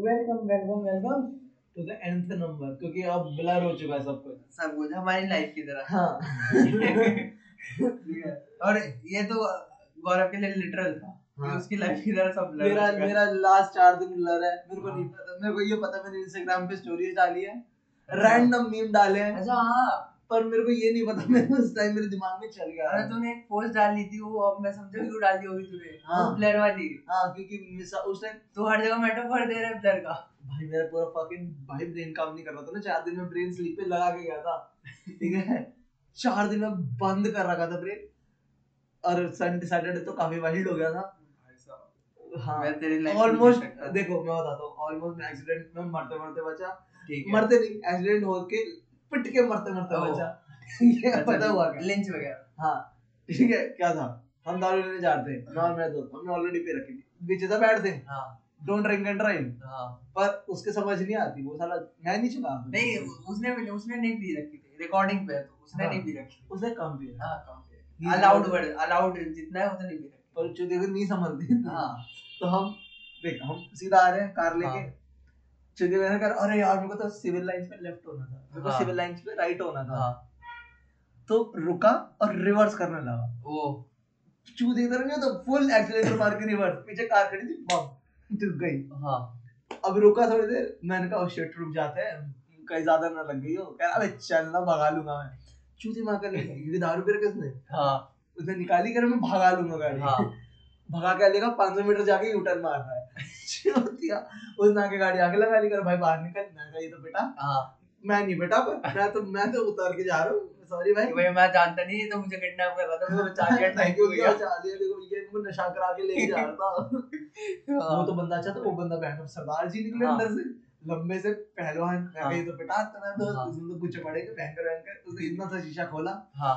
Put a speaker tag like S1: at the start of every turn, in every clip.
S1: Welcome welcome welcome to the nth number क्योंकि अब blur हो चुका है सब कुछ
S2: सब कुछ हमारी लाइफ की तरह
S1: हाँ
S2: ठीक है। और ये तो गौरव के लिए लिटरल था कि
S1: हाँ।
S2: उसकी लाइफ की तरह सब blur हो
S3: मेरा
S2: चुका है।
S3: मेरा लास्ट चार दिन ब्लर है मेरे को
S1: हाँ।
S3: नहीं पता मेरे को ये पता मैंने इंस्टाग्राम पे स्टोरीज डाली है रैंडम मीम डाले हैं
S2: अच्छा हाँ
S3: पर मेरे को ये नहीं पता मैंने उस टाइम मेरे दिमाग में चल गया
S1: तो-
S2: अरे तूने एक पोस्ट डाली थी वो अब मैं समझा क्यों डाली होगी तूने
S3: हाँ।
S2: वो ब्लर वाली
S3: हाँ क्योंकि मिसा- उस टाइम
S2: तू हर जगह मेटाफर दे रहा है ब्लर का
S3: भाई मेरा पूरा फकिंग भाई ब्रेन काम नहीं कर रहा था ना चार दिन में ब्रेन स्लीप पे लगा के गया था ठीक है चार दिन में बंद कर रखा था ब्रेन और संडे सैटरडे तो काफी वाइल्ड हो गया था
S2: मैं
S3: हाँ
S2: तेरी लाइफ
S3: ऑलमोस्ट देखो मैं बताता हूँ ऑलमोस्ट मैं एक्सीडेंट में मरते मरते बचा
S2: ठीक है
S3: मरते नहीं एक्सीडेंट होके पिट के मरते मरते
S2: ओह।
S3: बचा ये
S2: अच्छा,
S3: पता हुआ क्या
S2: लिंच वगैरह
S3: हाँ ठीक है क्या था हम दारू लेने जाते हैं मैं और मेरा दोस्त हमने ऑलरेडी पे रखी थी बीच था बैठते हैं
S2: हाँ
S3: डोंट ड्रिंक एंड ड्राइव
S2: हाँ
S3: पर उसके समझ नहीं आती वो साला मैं नहीं चुका
S2: नहीं उसने भी उसने नहीं पी रखी थी रिकॉर्डिंग पे है तो उसने
S3: हाँ।
S2: नहीं पी रखी
S3: उसने कम पिया
S2: हाँ अलाउड वर्ड अलाउड जितना है उतना नहीं पी रखी
S3: पर जो देखो नहीं समझती
S2: हाँ
S3: तो हम देख हम सीधा आ रहे हैं कार लेके
S2: हाँ।
S3: चुके मैंने कर अरे यार मेरे को तो सिविल लाइंस में लेफ्ट होना था मेरे को
S2: हाँ।
S3: सिविल लाइंस में राइट होना था
S2: हाँ
S3: तो रुका और रिवर्स करने लगा
S2: वो
S3: चूते की तरह नहीं तो फुल एक्सीलेटर मार के रिवर्स पीछे कार खड़ी थी बम रुक गई
S2: हाँ
S3: अब रुका थोड़ी देर मैंने कहा शिट रुक जाते हैं कहीं ज्यादा ना लग गई हो कह रहा अबे चल ना भगा लूंगा मैं चूती मार कर निकली, क्योंकि दारू पी रखी उसने
S2: हाँ
S3: उसने निकाली कर मैं भगा लूंगा गाड़ी
S2: हाँ
S3: भगा के लेगा 500 मीटर जाके यू टर्न मार रहा है चूतिया उसने आके गाड़ी आगे लगा ली कर भाई बाहर निकल मैं कहा ये तो बेटा
S2: हाँ
S3: मैं नहीं बेटा पर मैं तो मैं तो उतर के जा रहा हूँ सॉरी भाई
S2: कि भाई मैं जानता नहीं ये तो मुझे किडनैप कर रहा था मैं बचा के थैंक
S3: थैंक
S2: यू
S3: यू
S2: भैया
S3: नशा करा के लेके जा रहा था वो तो बंदा अच्छा था वो बंदा बैठा सरदार जी निकले
S2: हाँ।
S3: अंदर से लंबे से पहलवान मैं
S2: हाँ।
S3: कही तो बेटा तेरा दोस्त
S2: हाँ।
S3: उसने तो कुछ पड़ेगा बैंकर बैंकर तो उसने इतना सा शीशा खोला
S2: हाँ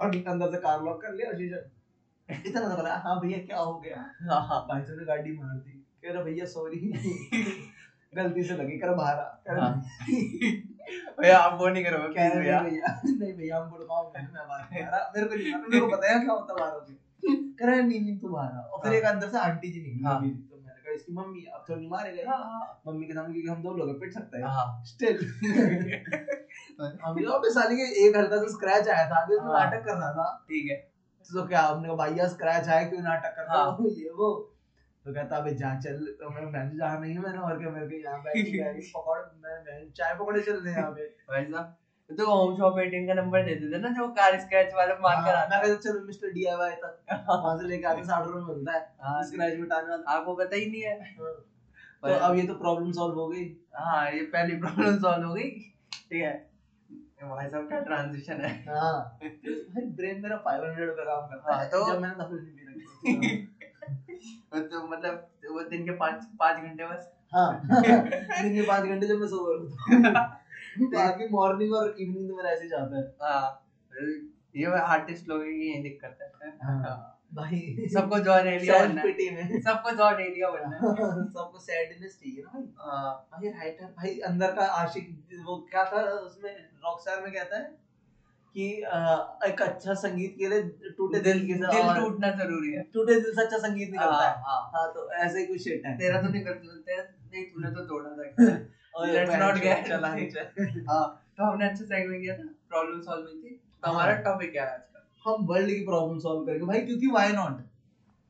S3: और अंदर से कार लॉक कर लिया और शीशा इतना सा बोला हाँ भैया क्या हो गया
S2: हाँ हाँ
S3: भाई साहब ने गाड़ी मार दी कह रहा भैया सॉरी गलती से लगी कर बाहर आ। कह रहा,
S2: हाँ। भैया आप वो नहीं करोगे
S3: कह
S2: प्लीज
S3: रहे
S2: भैया
S3: नहीं भैया नहीं भैया हमको रुकाओ मैं मैं बाहर नहीं आ रहा मेरे को नहीं मालूम, मेरे को पता है क्या होता बाहर होके कह रहा नहीं नहीं तू बाहर आ और फिर
S2: हाँ।
S3: एक अंदर से आंटी जी निकली
S2: हाँ।
S3: मेरी। तो मैंने कहा इसकी मम्मी अब तो नहीं मारेगा
S2: हाँ हाँ,
S3: मम्मी के सामने क्योंकि हम दो लोग हैं, पिट सकता है
S2: हाँ
S3: स्टिल हम लोग पे साली के एक हल्का सा स्क्रैच आया था आगे उसमें
S2: हाँ।
S3: नाटक कर रहा था
S2: ठीक है
S3: तो क्या हमने कहा भैया स्क्रैच आया क्यों नाटक कर रहा
S2: हाँ।
S3: हूँ ये वो तो कहता अबे जा चल तो मैं मैं जा नहीं है मैंने और क्या मेरे को यहाँ बैठ गया पकौड़े मैं मैं- चाय पकौड़े चल रहे हैं यहाँ पे
S2: भाई साहब तो होम शॉप एटीएम का नंबर दे देते ना जो कार स्क्रैच वाले मार कर
S3: हाँ,
S2: आता
S3: मैं
S2: है
S3: कहता चलो मिस्टर डीआईवाई तक वहां से लेके आके 60 रुपए मिलता है
S2: हाँ,
S3: स्क्रैच मिटाने वाला
S2: आपको पता ही नहीं है
S3: तो
S2: पर
S3: अब ये तो प्रॉब्लम सॉल्व हो गई
S2: हाँ ये पहली प्रॉब्लम सॉल्व हो गई ठीक है भाई साहब का ट्रांजिशन है
S3: हाँ भाई ब्रेन मेरा 500 पे काम करता
S2: हाँ,
S3: है
S2: तो-
S3: जब मैंने दफल नहीं पी रखी थी।
S2: तो मतलब वो दिन के पाँच पाँच घंटे बस
S3: हाँ दिन में 5 घंटे जब मैं सो रहा हूँ बाकी मॉर्निंग और इवनिंग तो मेरा ऐसे ही जाता है
S2: हाँ ये आर्टिस्ट लोगों की यही दिक्कत है
S3: भाई
S2: हाँ। सबको जॉन एलिया बनना
S3: सेल्फ
S2: है
S3: पिटी में
S2: सबको जॉन एलिया बनना है
S3: सबको सैडनेस चाहिए ना भाई
S2: हाँ,
S3: भाई राइटर भाई अंदर का आशिक वो क्या था उसमें रॉकस्टार में कहता है कि अ, एक अच्छा संगीत के लिए टूटे दिल के साथ
S2: दिल
S3: और
S2: टूटना जरूरी है
S3: टूटे दिल से अच्छा संगीत निकलता
S2: हाँ,
S3: है
S2: हाँ।
S3: हाँ तो ऐसे ही कुछ shit है
S2: तेरा तो नहीं कर तेरा नहीं तूने तो तोड़ा था
S3: और
S2: let's
S3: बहन
S2: not
S3: चोद
S2: get-
S3: चला ही जाए।
S2: हाँ तो हमने अच्छा सेगमेंट किया था प्रॉब्लम सॉल्व हुई थी तो हमारा
S3: हाँ।
S2: टॉपिक क्या है आज का
S3: हम वर्ल्ड की प्रॉब्लम सॉल्व करेंगे भाई क्योंकि व्हाई नॉट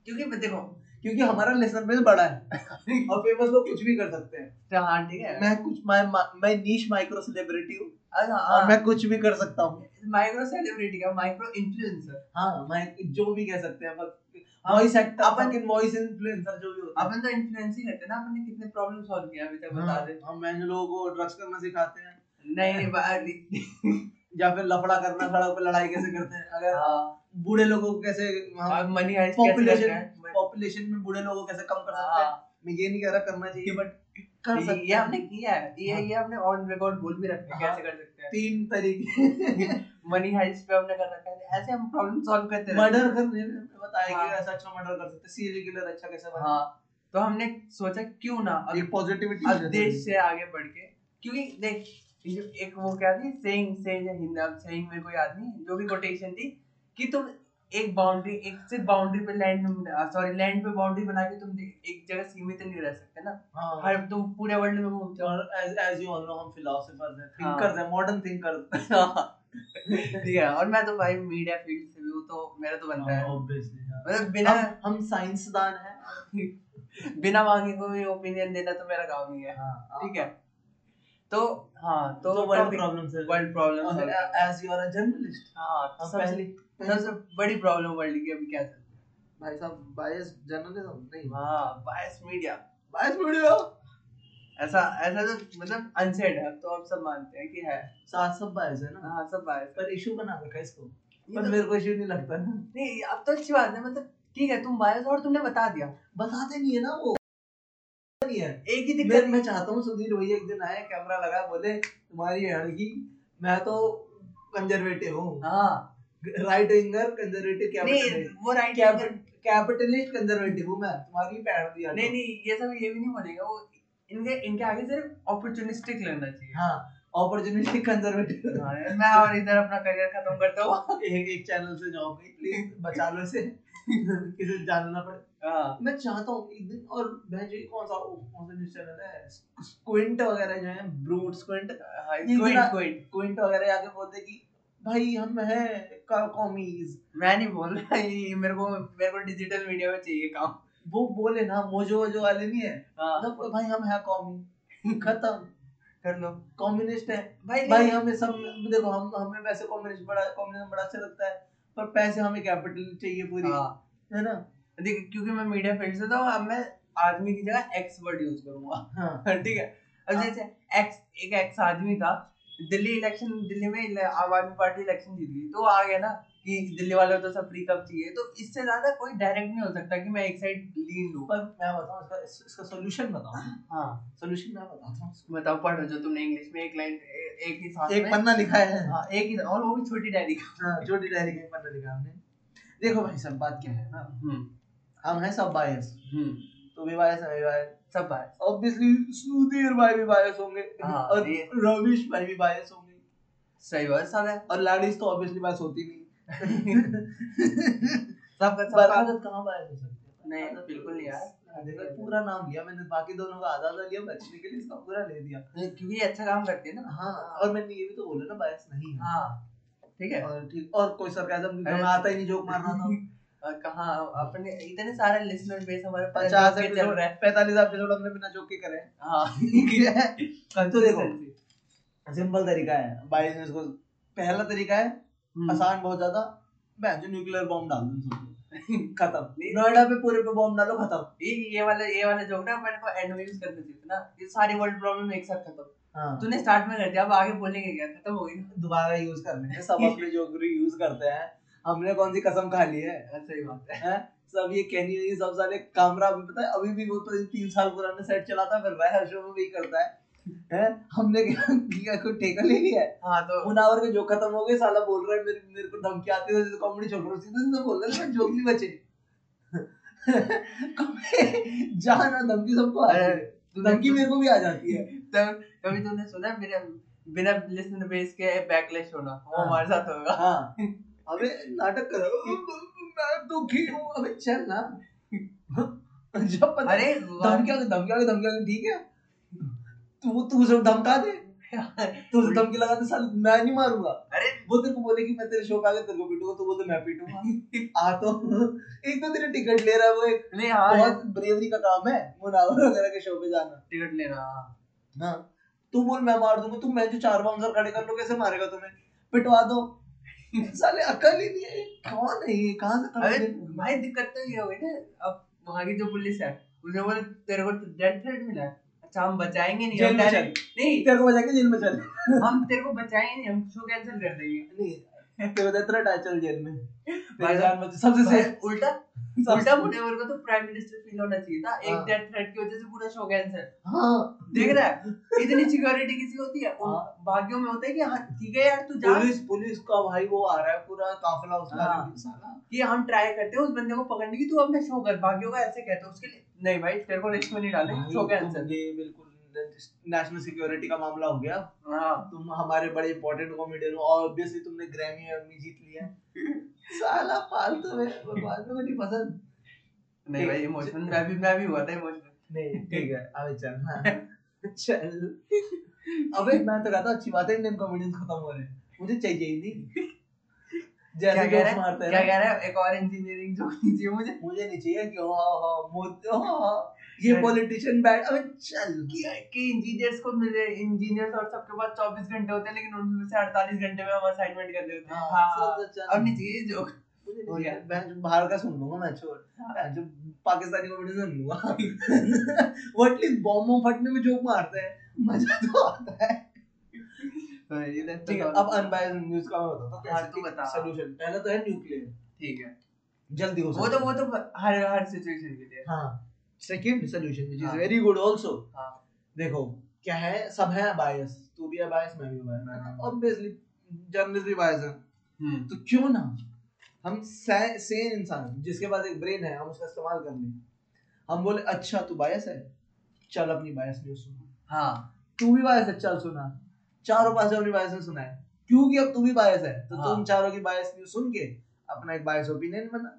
S2: क्योंकि देखो
S3: क्योंकि हमारा लेसन बेस बड़ा है और फेमस लोग कुछ भी कर सकते हैं
S2: तो हाँ ठीक है
S3: मैं कुछ मैं मैं नीश माइक्रो सेलिब्रिटी हूँ
S2: अच्छा,
S3: और
S2: हाँ
S3: मैं कुछ भी कर सकता हूँ
S2: माइक्रो सेलिब्रिटी का माइक्रो इन्फ्लुएंसर
S3: हाँ मैं जो भी कह सकते हैं अपन
S2: हाँ,
S3: वॉइस एक्टर
S2: अपन-
S3: अपन वॉइस इन्फ्लुएंसर जो भी होता है
S2: अपन तो इन्फ्लुएंस ही करते हैं ना अपन ने कितने प्रॉब्लम सॉल्व किया अभी तक बता दे
S3: हाँ, हम मैंने लोगों को ड्रग्स करना सिखाते हैं
S2: नहीं नहीं बाहर-
S3: या फिर लफड़ा करना सड़क पर लड़ाई कैसे करते हैं अगर
S2: हाँ,
S3: बूढ़े लोगों को कैसे
S2: और
S3: हम
S2: मनी हाइस्ट कैसे
S3: पॉपुलेशन
S2: करते हैं
S3: पॉपुलेशन में बूढ़े लोगों को कैसे कम कर सकते हैं
S2: हाँ,
S3: मैं ये नहीं कह रहा करना चाहिए बट कर
S2: ये-
S3: सकते
S2: ये
S3: हैं।
S2: हमने किया है ये
S3: हाँ।
S2: ये हमने ऑन रिकॉर्ड बोल भी रखा है
S3: हाँ।
S2: कैसे कर सकते हैं
S3: तीन तरीके
S2: मनी हाइस्ट पे हमने कर रखा है ऐसे हम प्रॉब्लम सॉल्व करते रहते
S3: मर्डर करने में हमें बताया
S2: हाँ।
S3: कि ऐसा अच्छा मर्डर कर सकते सीरियल किलर अच्छा कैसे
S2: हैं।
S3: बना
S2: हाँ तो हमने सोचा क्यों ना अब-
S3: एक पॉजिटिविटी
S2: अब देश से आगे बढ़ के क्योंकि देख ये एक वो क्या थी सेइंग सेइंग हिंदी अब सेइंग मेरे को याद नहीं जो भी कोटेशन थी कि तुम एक बाउंड्री एक सिर्फ बाउंड्री पे लैंड सॉरी लैंड ah, पे बाउंड्री बना के तुम एक जगह सीमित नहीं रह सकते ना
S3: हाँ
S2: हर तुम पूरे वर्ल्ड में घूमते हो
S3: और as as you all know हम philosophers हैं
S2: हाँ।
S3: thinkers हैं modern thinkers हाँ।
S2: ठीक है और मैं तो भाई मीडिया फील्ड से भी हूँ तो मेरा तो बनता है
S3: obviously हाँ।
S2: मतलब बिना
S3: हम- हम साइंसदान हैं
S2: बिना मांगे कोई ओपिनियन देना तो मेरा काम ही है
S3: हाँ,
S2: ठीक है तो हाँ तो
S3: तो वर्ल्ड प्रॉब्लम से
S2: world problem
S3: as you are a journalist
S2: हाँ
S3: हम
S2: सबसे-
S3: पहले
S2: सबसे बड़ी प्रॉब्लम वर्ल्ड की अभी क्या चल रही
S3: भाई साहब बायस जर्नलिज्म नहीं
S2: है हाँ बायस मीडिया
S3: बायस वीडियो
S2: ऐसा ऐसा तो मतलब अनसेड है तो हम सब मानते हैं कि है
S3: साथ सब बायस है ना
S2: हाँ सब बायस
S3: पर इशू बना रखा है इसको
S2: ये
S3: पर
S2: तो-
S3: मेरे को इशू नहीं लगता ना
S2: नहीं अब तो अच्छी बात है मतलब ठीक है तुम बायस और तुमने बता दिया
S3: बताते नहीं है ना वो नहीं है
S2: एक ही
S3: मैं
S2: दिक्कत
S3: मैं चाहता हूँ सुधीर भैया एक दिन आए कैमरा लगा बोले तुम्हारी ये लड़की मैं तो कंजर्वेटिव हूँ
S2: हाँ
S3: राइट विंगर कंजर्वेटिव
S2: नहीं
S3: कैपिटलिस्ट
S2: वो राइट
S3: कैपिटलिस्ट कंजर्वेटिव हूँ मैं तुम्हारी पैर दिया
S2: नहीं नहीं ये सब ये भी नहीं बोलेगा वो इनके इनके आगे सिर्फ अपॉर्चुनिस्टिक लगना चाहिए
S3: हाँ अपॉर्चुनिटी कंजर्वेटिव
S2: हाँ यार, मैं और इधर अपना करियर खत्म करता हूँ
S3: एक एक चैनल से जॉब गई प्लीज बचा लो इसे किसे जानना पड़े
S2: हाँ
S3: मैं चाहता हूँ एक दिन और मैं जो कौन सा कौन सा न्यूज चैनल है स्क्विंट वगैरह जो है ब्रूट स्क्विंट
S2: हाँ,
S3: ये
S2: quit,
S3: ना-
S2: quit।
S3: क्विंट वगैरह आके बोलते कि भाई हम हैं का- कॉमीज
S2: मैं नहीं बोल रहा ये मेरे को मेरे को डिजिटल मीडिया में चाहिए काम
S3: वो बोले ना मोजो वोजो वाले नहीं है
S2: हाँ,
S3: मतलब भाई हम हैं कॉमी खत्म
S2: कर लो
S3: कम्युनिस्ट है
S2: भाई
S3: भाई हमें सब देखो हम हमें वैसे कम्युनिस्ट बड़ा कम्युनिज्म बड़ा अच्छा लगता है पर पैसे हमें कैपिटल चाहिए पूरी
S2: हाँ,
S3: है ना
S2: देख क्योंकि मैं मीडिया फील्ड से तो अब मैं आदमी की जगह एक्स वर्ड यूज करूंगा
S3: हाँ
S2: ठीक है अब
S3: हाँ।
S2: जैसे एक्स एक एक्स आदमी था दिल्ली इलेक्शन दिल्ली में इले- आम आदमी पार्टी इलेक्शन जीत गई तो आ गया ना कि दिल्ली वालों तो सब फ्री कब चाहिए तो इससे ज्यादा कोई डायरेक्ट नहीं हो सकता कि मैं एक साइड लीन लूं
S3: पर मैं बताऊँ इसका इस- इसका सोल्यूशन बताऊँ
S2: हाँ
S3: सोल्यूशन मैं बताता हूँ
S2: बताओ पढ़ो जो तुमने इंग्लिश में एक लाइन एक ही साथ
S3: एक
S2: में
S3: पन्ना लिखा है
S2: हाँ एक ही और वो भी छोटी डायरी का
S3: हाँ छोटी डायरी का एक पन्ना लिखा हमने देखो भाई सब बात क्या है ना
S2: हम्म
S3: हम हैं सब बायस
S2: हम्म
S3: तो भी बायस है बायस
S2: सब बात
S3: ऑब्वियसली सुधीर भाई भी बायस होंगे
S2: हाँ,
S3: और
S2: ये-
S3: रविश भाई भी बायस होंगे
S2: सही बात सब है
S3: और लाड़ीज तो ऑब्वियसली बायस होती नहीं
S2: सबका सबका
S3: बरकत कहाँ बायस हो सकती है
S2: नहीं,
S3: बरकत
S2: बिल्कुल नहीं यार।
S3: हाँ, देखो, पूरा नाम लिया मैंने बाकी दोनों का आधा आधा लिया बचने के लिए इसका पूरा ले दिया
S2: क्योंकि ये अच्छा काम करती है ना
S3: हाँ और मैंने ये भी तो बोला ना बायस नहीं है
S2: हाँ ठीक है
S3: और ठीक और कोई सरकाजम
S2: अरे-
S3: हमें आता ही नहीं जोक मार रहा था
S2: और कहाँ अपने इतने सारे लिसनर बेस हमारे
S3: पचास
S2: पे चल
S3: एपिसोड
S2: रहा है
S3: पैतालीस एपिसोड हमने बिना जोक के करे हैं।
S2: हाँ
S3: ठीक है तो देखो
S2: Consistency।
S3: सिंपल तरीका है बाईस में इसको पहला तरीका है
S2: हम्म।
S3: आसान बहुत ज्यादा मैं जो न्यूक्लियर बॉम्ब डाल दूं सब पे। खत्म
S2: नहीं।
S3: नोएडा पे पूरे पे बॉम्ब डालो खत्म
S2: ये ये वाला ये वाला जोक ना अपने को एंड में यूज करना चाहिए था ना ये सारी वर्ल्ड प्रॉब्लम एक साथ खत्म
S3: हाँ
S2: तूने स्टार्ट में कर दिया अब आगे बोलेंगे क्या खत्म हो गई ना
S3: तो दोबारा यूज कर लेंगे सब अपने जो यूज करते हैं हमने कौन सी कसम खा ली है
S2: हाँ, सही बात है
S3: हैं? सब ये कहनी हुई सब सारे कामरा भी पता है अभी भी वो तो तीन साल पुराना सेट चलाता फिर वह हर शो में भी करता है हैं? हमने क्या किया कोई ठेका ले लिया है
S2: हाँ तो
S3: मुनावर के जो खत्म हो गए साला बोल रहा है मेरे मेरे को धमकी आती है तो कॉमेडी छोड़ रहा हूँ सीधे सीधे बोल रहा है जो भी बचे जान और धमकी सबको आ जाती है
S2: तूने-
S3: धमकी मेरे को भी आ जाती है
S2: तब कभी तूने सुना है मेरे बिना लिसनर बेस के बैकलैश होना वो
S3: हाँ।
S2: हमारे साथ होगा
S3: हाँ अबे नाटक करो मैं दुखी हूँ अबे चल ना जब पता
S2: अरे
S3: धमकिया के धमकिया के धमकिया के ठीक है तू तू उसे धमका दे तू उसे धमकी लगा दे साल मैं नहीं मारूंगा
S2: अरे
S3: वो तेरे को बोले कि मैं तेरे शो पे आके तेरे को पीटूंगा तो बोल दे मैं पीटूंगा आ तो एक तो तेरे टिकट ले रहा है वो एक
S2: नहीं हाँ
S3: बहुत ब्रेवरी का काम है मुनावर वगैरह के शो पे जाना
S2: टिकट लेना हाँ।
S3: हाँ तू बोल मैं मार दूंगा तुम मैं जो चार बाउंसर खड़े कर लो कैसे मारेगा तुम्हें पिटवा दो साले अकल ही नहीं है कौन है ये कहाँ से
S2: अरे
S3: अरे
S2: भाई दिक्कत तो ये हो गई ना अब वहाँ की जो पुलिस है उसे बोले तेरे को डेथ थ्रेट मिला है अच्छा हम बचाएंगे नहीं
S3: जेल
S2: हम
S3: में चल।
S2: direct- नहीं
S3: तेरे को बजा के जेल में चल
S2: हम तेरे को बचाएंगे नहीं हम शो कैंसिल कर देंगे
S3: नहीं तेरे को तो देता रहा चल जेल में
S2: भाई
S3: तेरी जान बच सबसे
S2: भाई,
S3: से
S2: उल्टा उल्टा मुनेवर को तो प्राइम मिनिस्टर फील होना चाहिए था
S3: हाँ।
S2: एक डेथ थ्रेट की वजह से पूरा शो कैंसिल
S3: हाँ
S2: देख रहा है इतनी सिक्योरिटी किसी को होती है उन
S3: हाँ।
S2: भाग्यों में होता है कि हाँ ठीक है यार तू जा
S3: पुलिस पुलिस का भाई वो आ रहा है पूरा काफिला उसका
S2: हाँ।
S3: लेकिन साला
S2: कि हम ट्राई करते हैं उस बंदे को पकड़ने की तू अपना शो कर भाग्यों का ऐसे कहते उसके लिए नहीं भाई तेरे को रिस्क में नहीं डालना शो
S3: भाई,
S2: कैंसिल
S3: तुम ये बिल्कुल नेशनल सिक्योरिटी का मामला हो गया
S2: हाँ
S3: तुम हमारे बड़े इंपॉर्टेंट कॉमेडियन हो और ऑब्वियसली तुमने ग्रैमी एमी जीत लिया साला फालतू में फालतू में नहीं पसंद
S2: नहीं भाई इमोशनल मैं भी मैं भी हुआ था इमोशनल
S3: नहीं ठीक है अबे चल हाँ। चल अबे मैं तो कहता हूँ, अच्छी बात है इंडियन कॉमेडियंस खत्म हो रहे हैं मुझे चाहिए ही नहीं
S2: क्या
S3: जैसे
S2: कह
S3: जोक्स
S2: रहा
S3: मारते
S2: है
S3: हैं ना,
S2: क्या कह रहा है एक और इंजीनियरिंग जो दीजिए मुझे
S3: मुझे नहीं चाहिए कि हाँ हाँ मोदी हाँ हाँ ये
S2: अरे।
S3: पॉलिटिशियन बैठ अबे चल
S2: कि कि इंजीनियर्स को मिले इंजीनियर्स और सबके पास 24 घंटे होते हैं लेकिन उनमें से 48 घंटे में हम असाइनमेंट कर देते हैं
S3: हाँ सब तो चल
S2: अब नहीं चाहिए जो
S3: मुझे
S2: हो
S3: नहीं
S2: गया।
S3: चाहिए। मैं जो बाहर का सुन लूंगा मैं छोड़
S2: हाँ।
S3: मैं जो पाकिस्तानी कॉमेडी सुन लूंगा वो एटलीस्ट बॉम्ब वॉम्ब फटने में जोक मारते हैं मजा तो आता है
S2: तो-
S3: ठीक है अब अनबायस न्यूज का मैं बताता हूँ
S2: हाँ,
S3: कैसे
S2: तू बता।
S3: सोल्यूशन पहला तो है न्यूक्लियर
S2: ठीक है
S3: जल्दी हो
S2: वो
S3: सकता
S2: तो
S3: है।
S2: वो तो हर हर सिचुएशन के लिए
S3: हाँ सेकंड सोल्यूशन व्हिच
S2: हाँ।
S3: इज वेरी गुड आल्सो
S2: हाँ
S3: देखो क्या है सब है बायस तू भी है बायस मैं भी बायस
S2: हाँ।
S3: ऑब्वियसली जर्नलिस्ट भी बायस है
S2: हम्म
S3: तो क्यों ना हम सेम इंसान जिसके पास एक ब्रेन है हम उसका इस्तेमाल कर लें हम बोले अच्छा तू बायस है चल अपनी बायस न्यूज सुना
S2: हाँ
S3: तू भी बायस है चल सुना चारों पास अपनी बायस न्यूज सुना है क्योंकि अब तू भी बायस है तो
S2: हाँ।
S3: तुम चारों की बायस न्यूज सुन के अपना एक बायस ओपिनियन बना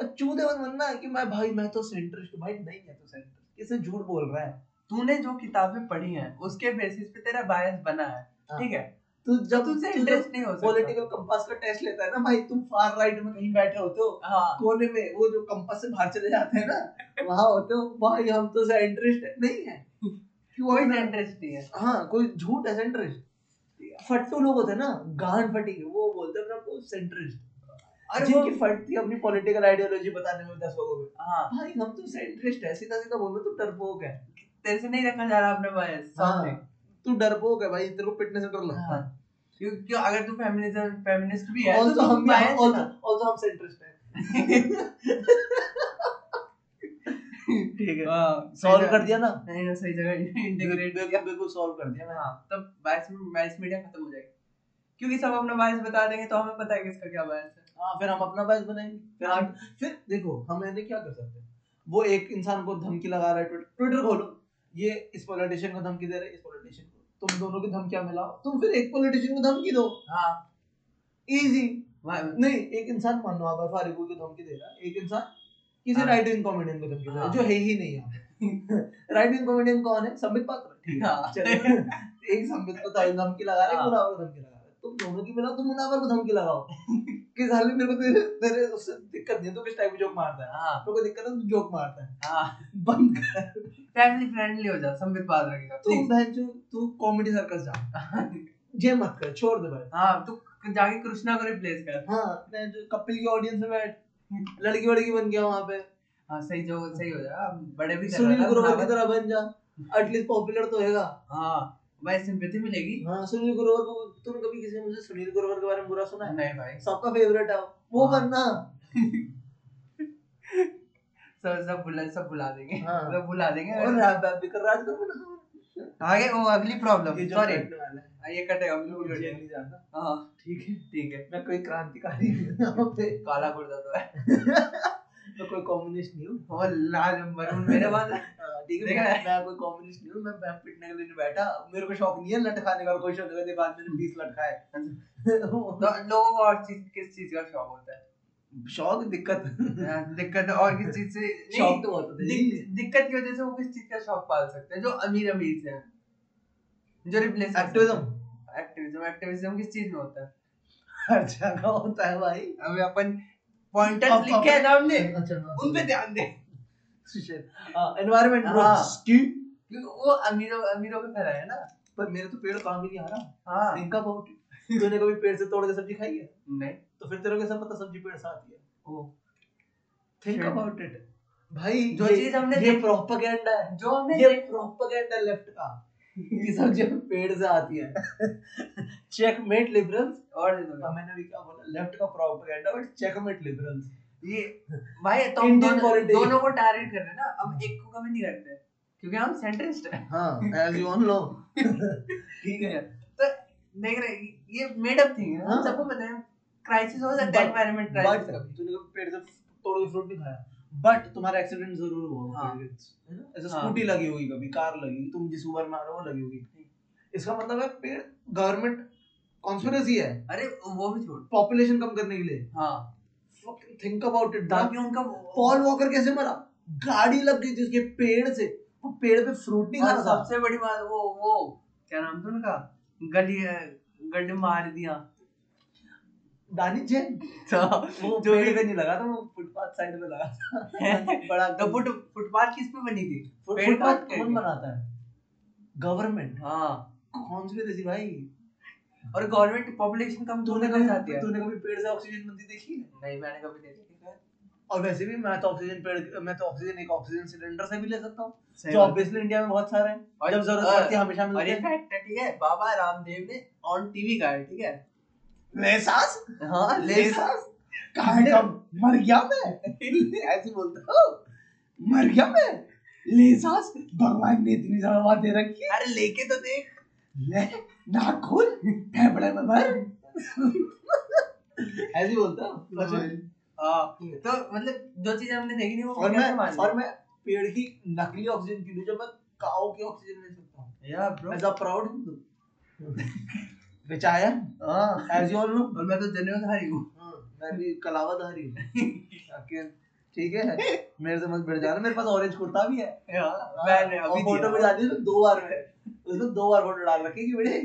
S3: और चूदे मत बनना कि मैं भाई मैं तो सेंट्रिस्ट भाई नहीं है तो सेंट्रिस्ट किसे झूठ बोल रहा है
S2: तूने जो किताबें पढ़ी हैं उसके बेसिस पे तेरा बायस बना है
S3: हाँ। तो
S2: ठीक है
S3: तू
S2: जब
S3: जब
S2: तुझसे
S3: तुझसे
S2: इंटरेस्ट नहीं हो सकता
S3: पॉलिटिकल कंपास का टेस्ट लेता है ना भाई तुम फार राइट में कहीं बैठे होते हो
S2: हाँ
S3: कोने में वो जो कंपास से बाहर चले जाते हैं ना वहां होते हो भाई हम तो सेंट्रिस्ट नहीं है क्यों
S2: कोई
S3: अपना-
S2: इंटरेस्ट नहीं है
S3: हाँ कोई झूठ है सेंट्रिस्ट फट्टू लोग होते हैं ना गांड फटी के, वो बोलते हैं अपने आप को सेंट्रिस्ट
S2: और वो
S3: जिनकी फटती है अपनी पॉलिटिकल आइडियोलॉजी बताने में दस लोगों में
S2: हाँ
S3: भाई हम तो सेंट्रिस्ट है सीधा सीधा बोल रहे हो, तू डरपोक है
S2: तेरे से नहीं रखा जा रहा अपने बायस सामने
S3: हाँ तू डरपोक है भाई तेरे को पिटने से डर लगता है
S2: हाँ। क्यों क्यों अगर तू फेमिनिज्म फेमिनिस्ट भी है तो
S3: ऑल्सो
S2: तू
S3: हम
S2: bias है
S3: ऑल्सो ऑल्सो हम सेंट्रिस्ट हैं
S2: ना। ठीक है
S3: सॉल्व हाँ, कर दिया ना
S2: नहीं ना सही जगह इंटीग्रेट
S3: बिल्कुल बिल्कुल सॉल्व कर दिया मैंने
S2: हाँ तब बायस बायस मीडिया खत्म हो जाएगी क्योंकि सब अपना बायस बता देंगे तो हमें पता है कि इसका क्या बायस है
S3: हाँ फिर हम अपना बायस बनाएंगे फिर हम फिर देखो हम यानी क्या कर सकते हैं वो एक इंसान को धमकी लगा रहा है ट्विटर ट्विटर खोलो ये इस पॉलिटिशियन को धमकी दे रहे हैं, इस पॉलिटिशियन को तुम दोनों की धमकियां मिलाओ तुम फिर एक पॉलिटिशियन को धमकी दो
S2: हाँ
S3: इजी
S2: वा-
S3: नहीं एक इंसान मानो आप फारूक को धमकी दे रहा है एक इंसान किसी
S2: हाँ।
S3: राइट विंग कॉमेडियन को धमकी दे रहा है
S2: हाँ।
S3: जो है ही नहीं यहाँ राइट विंग कॉमेडियन कौन है संबित पात्र ठीक
S2: हाँ।
S3: है चलो एक संबित को तो धमकी लगा रहा है
S2: हाँ।
S3: मुनावर को धमकी लगा रहा है तुम दोनों की मिलाओ तुम मुनावर को धमकी लगाओ किस हाल में मेरे को तेरे तेरे उससे दिक्कत नहीं है तो किस टाइप की जोक मारता है
S2: हाँ
S3: मेरे को दिक्कत है तो जोक मारता है
S2: हाँ
S3: बंद कर
S2: तो फैमिली फ्रेंडली हो जा संबित पात्रा की तरह,
S3: तू
S2: please।
S3: बहन जो तू कॉमेडी सर्कस जा ये मत कर छोड़ दे भाई
S2: हाँ तू जाके कृष्णा को रिप्लेस कर
S3: हाँ मैं जो कपिल की ऑडियंस में बैठ लड़की वड़की बन गया वहां पे
S2: हाँ सही जो सही हो जा हाँ, बड़े भी कर
S3: सुनील
S2: रहा था,
S3: ग्रोवर की
S2: बराबर।
S3: तरह बन जा एटलीस्ट पॉपुलर तो होगा
S2: हाँ भाई सिंपैथी मिलेगी
S3: हाँ सुनील ग्रोवर को तुमने कभी किसी ने मुझे सुनील ग्रोवर के बारे में बुरा सुना है
S2: नहीं भाई
S3: सबका फेवरेट है वो
S2: हाँ।
S3: बनना
S2: सब सब बुला सब बुला देंगे
S3: हाँ।
S2: सब बुला देंगे
S3: और रैप वैप भी कर रहा है आजकल वो ना।
S2: आगे वो अगली प्रॉब्लम
S3: ये जो
S2: सॉरी
S3: करने वाला है,
S2: हाँ, ये कटेगा
S3: लोग
S2: बिल्कुल
S3: जेल
S2: कटेगा
S3: नहीं जाता
S2: हाँ
S3: ठीक है
S2: ठीक है
S3: मैं कोई क्रांतिकारी नहीं हूँ यहाँ पे
S2: काला कुर्ता तो है
S3: मैं कोई कम्युनिस्ट नहीं हूँ
S2: और लाल मरून मेरे पास है
S3: हाँ, ठीक है
S2: देखा
S3: मैं
S2: है?
S3: मैं कोई कम्युनिस्ट नहीं हूँ मैं मैं पिटने के लिए नहीं बैठा मेरे को शौक नहीं है लटकाने का और कोई शौक नहीं बाद मैंने बीस
S2: तो
S3: लटकाए
S2: लोगों को और चीज किस चीज का शौक होता
S3: शौक दिक्कत
S2: है हाँ, दिक्कत तो और किस चीज से
S3: शौक
S2: नहीं,
S3: तो बहुत होता है
S2: दिक- दिक्कत की वजह से वो किस चीज का शौक पाल सकते हैं जो अमीर अमीर से हैं जो रिप्लेस
S3: एक्टिविज्म
S2: एक्टिविज्म एक्टिविज्म किस चीज में होता है
S3: हर जगह अच्छा, होता है भाई
S2: अभी अपन
S3: अब-
S2: पॉइंटर्स लिख
S3: अब-
S2: के सामने
S3: अच्छा हाँ,
S2: उन पे ध्यान दे
S3: एनवायरमेंट
S2: हाँ।
S3: की
S2: क्योंकि वो अमीरों अमीरों पे फैला है ना
S3: पर मेरे तो पेड़ काम ही नहीं आ रहा
S2: हाँ
S3: थिंक अबाउट तूने कभी पेड़ से तोड़ के सब्जी खाई है
S2: नहीं
S3: तो फिर तेरे को कैसे पता सब्जी पेड़ से आती है
S2: वो
S3: थिंक
S2: Shit.
S3: अबाउट इट भाई
S2: जो
S3: ये-
S2: चीज हमने
S3: ये
S2: देखी-
S3: प्रोपेगेंडा है
S2: जो हमने
S3: ये
S2: देख-
S3: प्रोपेगेंडा लेफ्ट का कि सब्जी पेड़ से आती है चेकमेट लिबरल्स
S2: और दे दो।
S3: हाँ, मैंने भी क्या बोला लेफ्ट का प्रोपेगेंडा बट चेकमेट लिबरल्स
S2: ये भाई तो हम
S3: Indian
S2: दोनों
S3: politics.
S2: दोनों को टारगेट कर रहे हैं ना अब एक को कभी नहीं करते क्योंकि हम सेंट्रिस्ट हैं
S3: हाँ एज यू ऑल नो ठीक है
S2: तो देख रहे हैं, ये मेड अप थिंग है ना, हम
S3: हाँ।
S2: सबको पता है क्राइसिस हो सकता है
S3: But-
S2: एनवायरनमेंट
S3: बट
S2: क्राइसिस
S3: तूने कभी पेड़ से तोड़ के फ्रूट नहीं खाया बट तुम्हारा एक्सीडेंट जरूर हुआ
S2: हाँ।
S3: होगा है ना ऐसा
S2: हाँ।
S3: स्कूटी लगी होगी कभी कार लगी होगी तुम जिस उबर में आ रहे हो वो लगी होगी इसका मतलब है पेड़ गवर्नमेंट कॉन्स्पिरेसी है
S2: अरे वो भी छोड़
S3: पॉपुलेशन कम करने के लिए
S2: हाँ
S3: थिंक अबाउट इट
S2: ताकि उनका
S3: पॉल वॉकर कैसे मरा गाड़ी लग गई थी उसके पेड़ से वो पेड़ पे फ्रूट नहीं खा
S2: और
S3: रहा था
S2: सबसे बड़ी बात वो वो क्या नाम था उनका गली गड्ढे मार दिया
S3: दानिश जैन
S2: तो
S3: वो
S2: जो
S3: पेड़
S2: भी
S3: पे नहीं लगा था वो फुटपाथ साइड पे लगा था
S2: बड़ा तो फुट फुटपाथ किस पे बनी थी
S3: फुट-
S2: पेड़
S3: फुटपाथ
S2: काट के।
S3: कौन बनाता है गवर्नमेंट
S2: हाँ
S3: कौन सी वजह से भाई
S2: और गवर्नमेंट पॉपुलेशन कम
S3: तूने
S2: तूने कम जाती
S3: कभी
S2: है
S3: तूने कभी पेड़ से ऑक्सीजन बनती देखी है
S2: नहीं मैंने कभी नहीं देखी
S3: और वैसे भी मैं तो ऑक्सीजन पेड़ मैं तो ऑक्सीजन एक ऑक्सीजन सिलेंडर से भी ले सकता हूँ
S2: सही
S3: जो
S2: बात।
S3: ऑब्वियसली इंडिया में बहुत सारे हैं
S2: और
S3: जब जरूरत
S2: और-
S3: पड़ती है हमेशा
S2: और ये
S3: मिलते हैं
S2: फैक्ट है ठीक है बाबा रामदेव ने ऑन टीवी कहा है ठीक है
S3: ले सांस
S2: हाँ ले
S3: ले सांस कहाँ का मर गया मैं ऐसे बोलता हूँ मर गया मैं ले सांस भगवान ने इतनी ज्यादा बात दे रखी है।
S2: अरे लेके तो देख
S3: ले नाक खोल फेफड़े में भर ऐसे बोलता हूँ
S2: हाँ तो मतलब जो चीजें हमने देखी थी वो
S3: और
S2: कैसे
S3: मैं
S2: मान
S3: और मैं पेड़ की नकली ऑक्सीजन पी लूं जब मैं काओ की ऑक्सीजन ले सकता हूँ
S2: ली? Yeah, bro.
S3: As a proud Hindu which I am
S2: हाँ
S3: एज यू ऑल नो
S2: और मैं तो जनेऊधारी हूँ
S3: मैं भी कलावाधारी हूँ अकेल- ठीक है मेरे से मत भिड़ जाना मेरे पास ऑरेंज कुर्ता भी है
S2: मैंने अभी
S3: फोटो में
S2: दिया।
S3: डाली उसमें दो बार में उसमें दो बार फोटो डाल रखी कि बेटे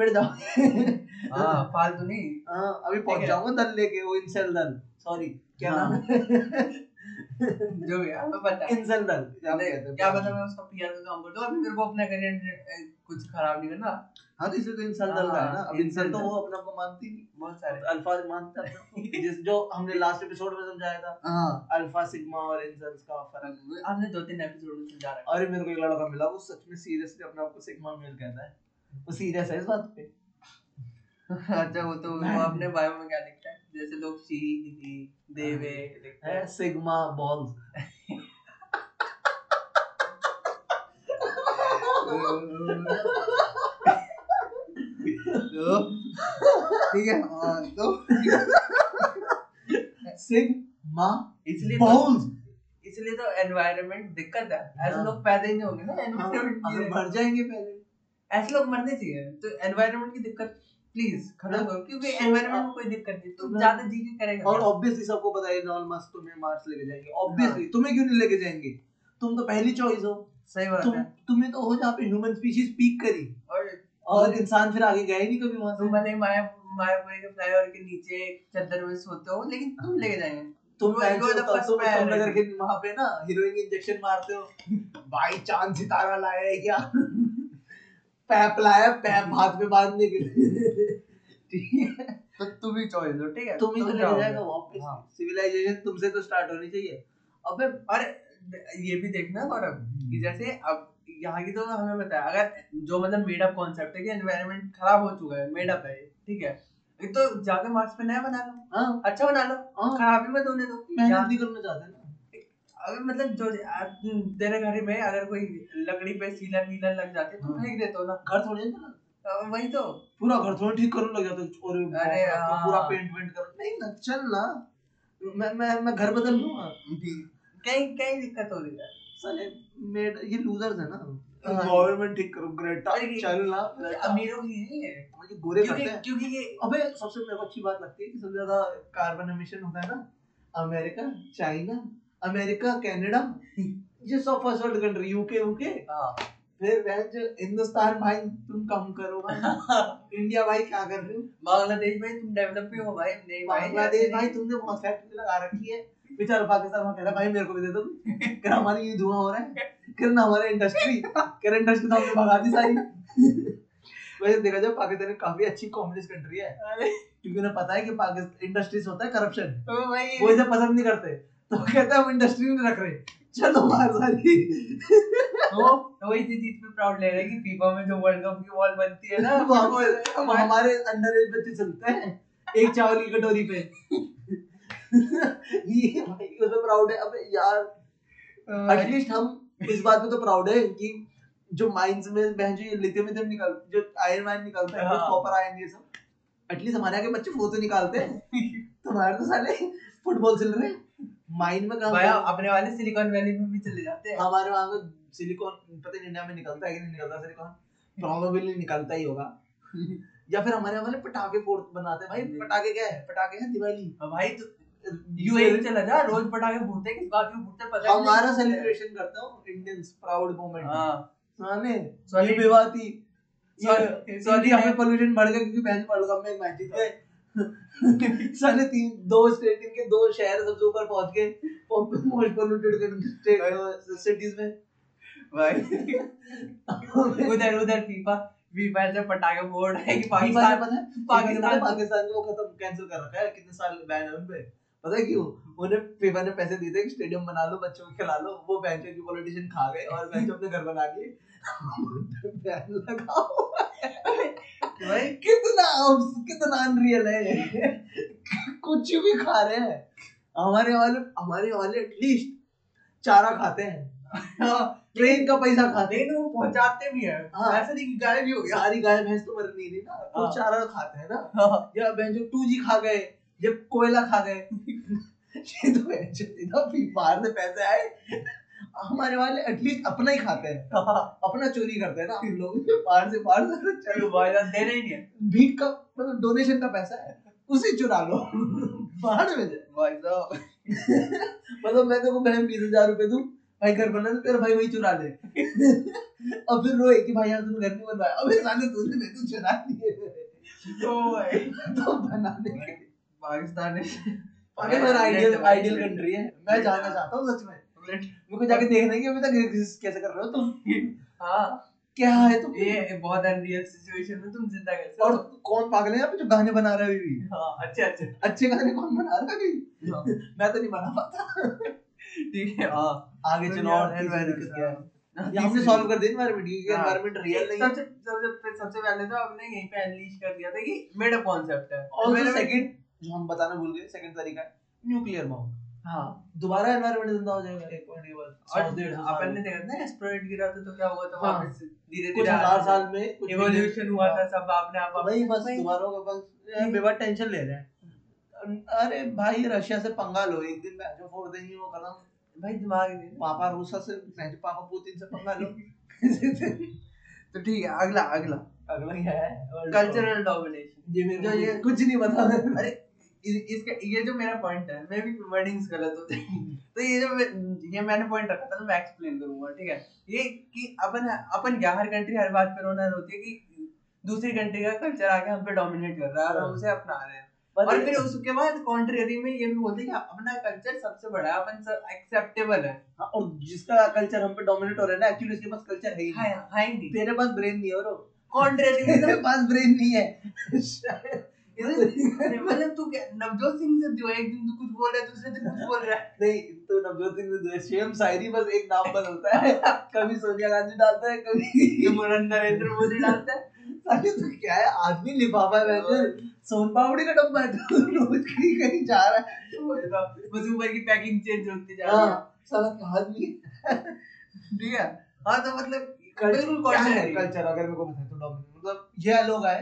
S3: फिर जाओ
S2: हाँ फालतू नहीं
S3: हाँ अभी
S2: ठीक
S3: पहुंच
S2: है।
S3: जाऊंगा दल लेके वो इंसेल दल सॉरी क्या
S2: हाँ।
S3: नाम है
S2: जो भी है हमें पता है
S3: इंसेल दल क्या
S2: नहीं,
S3: कहते हैं?
S2: क्या पता मैं उसका पीआर का काम करता हूँ अभी मेरे को अपना करियर कुछ खराब नहीं करना
S3: हाँ तो इसलिए तो इंसेल दल का है ना
S2: हाँ,
S3: अब इंसेल
S2: इंसेल
S3: तो
S2: दल।
S3: वो अपने आप को मानती नहीं
S2: बहुत सारे
S3: अल्फा मानता है अपने आप को। जिस जो हमने लास्ट एपिसोड में समझाया था
S2: हाँ
S3: अल्फा सिग्मा और इंसेल्स का फर्क
S2: आपने दो तीन एपिसोड में समझा रखा
S3: अरे मेरे को एक लड़का मिला वो सच में सीरियसली अपने आप को सिग्मा मेल कहता है वो सीरियस है इस बात पे
S2: है। अच्छा वो तो वो आपने बायो में क्या लिखा है जैसे लोग शी ही, ही देवे लिखते
S3: है
S2: हैं
S3: सिग्मा बॉल्स
S2: तो ठीक है हाँ, तो
S3: सिग्मा
S2: इसलिए तो,
S3: बॉल्स
S2: इसलिए तो एनवायरनमेंट दिक्कत है ऐसे
S3: हाँ।
S2: लोग पैदा ही नहीं होंगे ना
S3: अगर
S2: एनवायरनमेंट
S3: हाँ, मर जाएंगे पहले
S2: ऐसे लोग मरने चाहिए तो एनवायरनमेंट की दिक्कत प्लीज खत्म
S3: हाँ।
S2: करो क्योंकि एनवायरनमेंट में कोई दिक्कत नहीं तुम
S3: ना-
S2: ज्यादा जी के करेगा
S3: तो हाँ। और ऑब्वियसली सबको पता है इलॉन मस्क तुम्हें मार्स लेके जाएंगे
S2: हाँ।
S3: ऑब्वियसली तुम्हें क्यों नहीं लेके जाएंगे तुम तो पहली चॉइस हो
S2: सही बात
S3: तुम
S2: है
S3: तुम्हें तो हो जहाँ पे ह्यूमन स्पीशीज पीक करी
S2: और
S3: और इंसान फिर आगे गए नहीं कभी वहां
S2: तुम
S3: से
S2: भले ही माया मायापुरी के फ्लाईओवर के नीचे चद्दर में सोते हो लेकिन तुम लेके जाएंगे
S3: तुम
S2: You-
S3: पहले
S2: you are the
S3: तुम
S2: first
S3: तुम
S2: man.
S3: लगा के वहां पे ना हीरोइन के इंजेक्शन मारते हो भाई चांद सितारा लाया है क्या पैप लाया पैप हाथ में बांधने के लिए ठीक है
S2: तो तुम ही चॉइस हो ठीक है
S3: तुम ही तो लेके
S2: जाओगे।
S3: जाएगा वापस
S2: हाँ।
S3: सिविलाइजेशन तुमसे तो स्टार्ट होनी चाहिए अबे
S2: और ये भी देखना गौरव कि जैसे अब यहाँ की तो हमें पता है अगर जो मतलब मेडअप कॉन्सेप्ट है कि एनवायरनमेंट खराब हो चुका है मेडअप है ये, ठीक है ये तो जाके मार्क्स पे नया बना लो
S3: हाँ
S2: अच्छा बना लो
S3: हाँ
S2: खराब भी मत होने दो
S3: मेहनत नहीं करना चाहते ना
S2: अगर मतलब जो आप- तेरे घर में अगर कोई लकड़ी पे सीलन वीलन लग जाते तो
S3: हाँ।
S2: फेंक देते हो ना
S3: घर थोड़ी है ना
S2: अ, वही तो
S3: पूरा घर थोड़ा ठीक करने लग जाता है और
S2: अरे
S3: बाप रे, तो
S2: हाँ।
S3: पूरा पेंट वेंट कर नहीं ना चल ना मैं मैं मैं घर बदल लूंगा
S2: कहीं कहीं दिक्कत हो रही है
S3: साले मेड ये लूजर्स है ना
S2: हाँ।
S3: गवर्नमेंट ठीक करो ग्रेटा
S2: अरे ये-
S3: चल ना
S2: ये
S3: ग्रेटा।
S2: अमीरों की नहीं है
S3: मुझे गोरे करते
S2: क्योंकि
S3: हैं
S2: क्योंकि ये
S3: अबे सबसे मेरे को अच्छी बात लगती है कि सबसे ज्यादा कार्बन एमिशन होता है ना अमेरिका चाइना अमेरिका कनाडा ये सब first world country UK UK
S2: हाँ।
S3: फिर वह जो हिंदुस्तान भाई तुम कम करो भाई इंडिया भाई क्या कर रहे हो
S2: बांग्लादेश भाई तुम डेवलप भी हो भाई नहीं भाई
S3: बांग्लादेश भाई तुमने बहुत फैक्ट्री लगा रखी है बेचारा पाकिस्तान में कह रहा है, भाई मेरे को भी दे दो कह रहा हमारे ये धुआं हो रहा है कह रहा हमारे इंडस्ट्री कह रहा इंडस्ट्री तो हमने भगा दी सारी वैसे देखा जाए पाकिस्तान एक काफी अच्छी कम्युनिस्ट कंट्री है
S2: अरे
S3: क्योंकि उन्हें पता है कि पाकिस्तान इंडस्ट्रीज होता है करप्शन
S2: तो भाई
S3: वो इसे पसंद नहीं करते तो कहते हैं हम इंडस्ट्री नहीं रख रहे चलो बाहर सारी
S2: वो वो तो, इसी चीज पे प्राउड ले रहा है कि फीफा में जो वर्ल्ड कप की बॉल बनती है ना
S3: वो हमसे- हम हमारे अंडर एज बच्चे चलते हैं एक चावल की कटोरी पे ये भाई उसमें प्राउड है अबे यार
S2: अरे
S3: एटलीस्ट हम इस बात पे तो प्राउड है कि जो माइंस में बहन जो ये लिथियम विथियम निकल जो आयरन वायरन निकलता है
S2: हाँ।
S3: कॉपर आयरन ये सब एटलीस्ट हमारे यहाँ के बच्चे वो तो निकालते हैं तुम्हारे तो साले फुटबॉल चल रहे हैं माइंड में काम
S2: भैया
S3: कर-
S2: अपने वाले सिलिकॉन वैली में भी चले जाते हैं
S3: हमारे वहां में सिलिकॉन पता नहीं इंडिया में निकलता है कि नहीं निकलता सिलिकॉन प्रोबेबली निकलता ही होगा या फिर हमारे यहाँ वाले पटाखे फोड़ बनाते हैं भाई
S2: जी।
S3: पटाखे क्या है पटाखे हैं दिवाली
S2: भाई तू यूएई चला जा रोज पटाखे फूटते हैं, किस बात में फूटते हैं पता ही नहीं
S3: हमारा
S2: चलता है।
S3: सेलिब्रेशन करता हूँ इंडियंस प्राउड मोमेंट
S2: हाँ
S3: माने
S2: Solid-
S3: ये विवाह थी
S2: Solid-
S3: ये-
S2: solid
S3: यहाँ पे
S2: है।
S3: पोल्यूशन बढ़ गया क्योंकि बहन वर्ल्ड कप में एक मैच जीत गए सारे तीन दो स्टेट के दो शहर सबसे ऊपर पहुंच गए मोस्ट पोल्यूटेड सिटीज में
S2: भाई उधर उधर फीफा फीफा से पटाखे फोड़ रहा है कि पाकिस्तान
S3: पाकिस्तान
S2: पाकिस्तान
S3: पाकिस्तान को खत्म कैंसिल कर रखा है कितने साल बैन है उनपे पता है क्यों उन्हें फीफा ने पैसे दिए थे कि स्टेडियम बना लो बच्चों को खिला लो वो बेंचों के पॉलिटिशियन खा गए और बेंचों अपने घर बना लिए बैन लगा हुआ है।
S2: भाई
S3: कितना abs- कितना अनरियल है कुछ भी खा रहे हैं हमारे वाले हमारे वाले एटलीस्ट चारा खाते हैं ट्रेन का पैसा खाते हैं
S2: नहीं तो वो पहुंचाते भी है
S3: हाँ।
S2: ऐसा नहीं कि गायब ही हो गया
S3: सारी गाय भैंस तो मर नहीं रही ना वो
S2: हाँ।
S3: चारा खाते हैं ना
S2: हाँ।
S3: या बेंजो टू जी खा गए जब कोयला खा गए ये तो बेंजो इतना बीमार से पैसे आए हमारे वाले एटलीस्ट अपना ही खाते हैं अपना चोरी करते हैं ना हम लोग बाहर से बाहर से तो
S2: चलो
S3: चलो
S2: भाई साहब देना ही नहीं है
S3: भीख का मतलब डोनेशन का पैसा है उसे चुरा लो बाहर में दे
S2: भाई साहब
S3: मतलब मैं तेरे को बहन बीस हजार रुपए दूं भाई घर बना ले तेरा भाई वही चुरा ले और फिर रोए कि भाई यार तूने घर नहीं बनवाया अबे साले तूने मेरे को चुरा लिए
S2: ओ भाई
S3: तो बनाने के लिए
S2: पाकिस्तान ने
S3: पाकिस्तान आइडियल आइडियल कंट्री है मैं जाना चाहता हूँ सच में मेरे को जाके देखना है कि अभी तक exist कैसे कर रहे हो तुम
S2: हाँ
S3: क्या है तुम
S2: ये बहुत अनरियल सिचुएशन में तुम जिंदा कैसे हो?
S3: और कौन पागल है यहाँ पे जो गाने बना रहा है अभी भी
S2: हाँ अच्छे अच्छे
S3: अच्छे गाने कौन बना रहा है अभी
S2: हाँ,
S3: मैं तो नहीं बना पाता
S2: ठीक है हाँ
S3: आगे चलो और तीसरी
S2: तीसरी बात
S3: दिक्कत तो क्या है
S2: हाँ,
S3: ये हमने
S2: तीसरी-
S3: सॉल्व कर दिया एनवायरनमेंट क्योंकि
S2: हाँ।
S3: एनवायरनमेंट रियल नहीं है
S2: सबसे सबसे सबसे पहले तो हमने यहीं पे एनलिश कर दिया था कि मेड कॉन्सेप्ट है
S3: और
S2: Environment-
S3: सेकंड जो हम बताना भूल गए सेकंड तरीका है न्यूक्लियर बॉम्ब
S2: हाँ
S3: दोबारा एनवायरनमेंट जिंदा हो जाएगा एक पॉइंट के बाद
S2: और
S3: सौ, डेढ़ सौ साल
S2: अपन
S3: में।
S2: ने देखा था ना एस्टेरॉइड गिरा था तो क्या हुआ था
S3: हाँ।
S2: वापस धीरे
S3: कुछ
S2: धीरे
S3: हजार साल में कुछ
S2: इवोल्यूशन हुआ
S3: हाँ।
S2: था सब अपने आप
S3: वही बस तुम्हारों का बस हम्म। यार बेवा टेंशन ले रहे हैं अरे भाई रशिया से पंगा लो एक दिन मैच फोड़ देंगे वो कदम
S2: भाई दिमाग नहीं
S3: पापा रूसा से मैच पापा पुतिन से पंगा लो
S2: तो ठीक है अगला अगला
S3: अगला क्या है
S2: कल्चरल डोमिनेशन
S3: ये मेरे
S2: जो
S3: को
S2: ये-
S3: कुछ- कुछ नहीं पता
S2: अरे इस- इसका ये जो मेरा पॉइंट है मे भी वर्डिंग्स गलत होते हैं तो ये जो मैं- ये मैंने पॉइंट रखा था ना मैं एक्सप्लेन करूंगा ठीक है ये कि अपन अपन क्या हर कंट्री हर बात पे रोना रोती है कि दूसरी कंट्री का कल्चर आके हम पे डोमिनेट कर रहा है और हम उसे अपना रहे हैं और फिर उसके बाद कॉन्ट्रेरी में ये भी बोलते हैं कि अपना कल्चर सबसे बड़ा है अपन सब एक्सेप्टेबल है
S3: हाँ, और जिसका कल्चर हम पे डोमिनेट हो रहा है ना एक्चुअली उसके पास कल्चर है ही नहीं
S2: हाय हाय हाँ, नहीं
S3: तेरे पास ब्रेन नहीं है और
S2: कॉन्ट्रेरी
S3: मेरे
S2: मतलब
S3: हाँ। पास ब्रेन नहीं है
S2: मतलब तू क्या नवजोत सिंह से जो एक दिन तू कुछ बोल रहा है दूसरे दिन कुछ बोल रहा है
S3: नहीं तो नवजोत सिंह सिद्धू है। सेम शायरी बस एक नाम बदलता है कभी सोनिया गांधी डालता है कभी
S2: ये मुरा- नरेंद्र मोदी डालता है
S3: साले तो क्या है आदमी लिफाफा है वैसे सोन पापड़ी का डब्बा है तो रोज कहीं कहीं जा रहा है
S2: बस मतलब ऊपर की पैकिंग चेंज होती जा रही
S3: हाँ साला क्या आदमी
S2: है ठीक है हाँ तो मतलब बिल्कुल
S3: क्या है
S2: कॉन्ट्रेरी
S3: कल्चर अगर मेरे को बताए तो डॉमिनेट मतलब ये लोग आए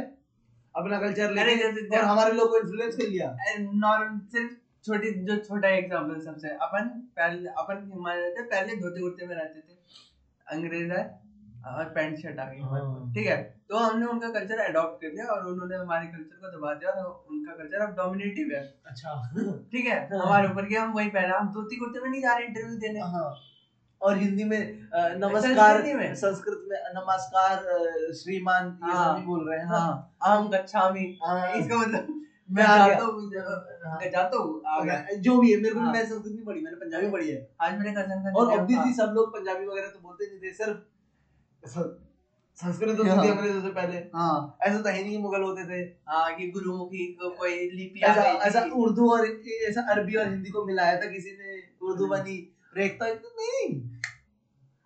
S3: अपना कल्चर ले
S2: अरे जैसे-
S3: और हमारे लोग को इन्फ्लुएंस कर लिया
S2: नॉर्मल सिर्फ छोटी जो छोटा एग्जांपल सबसे अपन पहले अपन मान लेते हैं, पहले धोते कुर्ते में रहते थे अंग्रेज आए और पैंट शर्ट आ गई हमारे
S3: हाँ।
S2: पास, ठीक है तो हमने उनका कल्चर अडॉप्ट कर लिया और उन्होंने हमारे कल्चर को दबा दिया और उनका कल्चर अब डोमिनेटिव है
S3: अच्छा
S2: ठीक है
S3: हाँ।
S2: हमारे ऊपर कि हम वही पहना हम धोती कुर्ते में नहीं जा रहे इंटरव्यू देने
S3: हाँ और हिंदी में अ, नमस्कार
S2: हिंदी में?
S3: संस्कृत में नमस्कार अ, श्रीमान ये
S2: हाँ।
S3: सब भी बोल रहे हैं
S2: हाँ हम गच्छामी
S3: हाँ।
S2: इसका मतलब
S3: मैं
S2: मैं
S3: आ
S2: जाता
S3: गया।
S2: हूँ
S3: हाँ।
S2: मैं जाता हूँ आ गया
S3: मैं- जो भी है मेरे को
S2: हाँ।
S3: मैं संस्कृत नहीं पढ़ी मैंने पंजाबी पढ़ी है
S2: आज मेरे कजन का
S3: और
S2: जन्मदिन था।
S3: ऑब्वियसली सब लोग पंजाबी वगैरह तो बोलते नहीं थे सिर्फ स- संस्कृत तो होती
S2: हाँ।
S3: थी अंग्रेजों से पहले
S2: हाँ
S3: ऐसा तो है नहीं कि मुगल होते थे
S2: हाँ कि गुरुमुखी को कोई लिपि आ
S3: ऐसा
S2: गई थी।
S3: ऐसा उर्दू और ऐसा अरबी और हिंदी को मिलाया था किसी ने उर्दू
S2: हम्म।
S3: बनी रेखता तो नहीं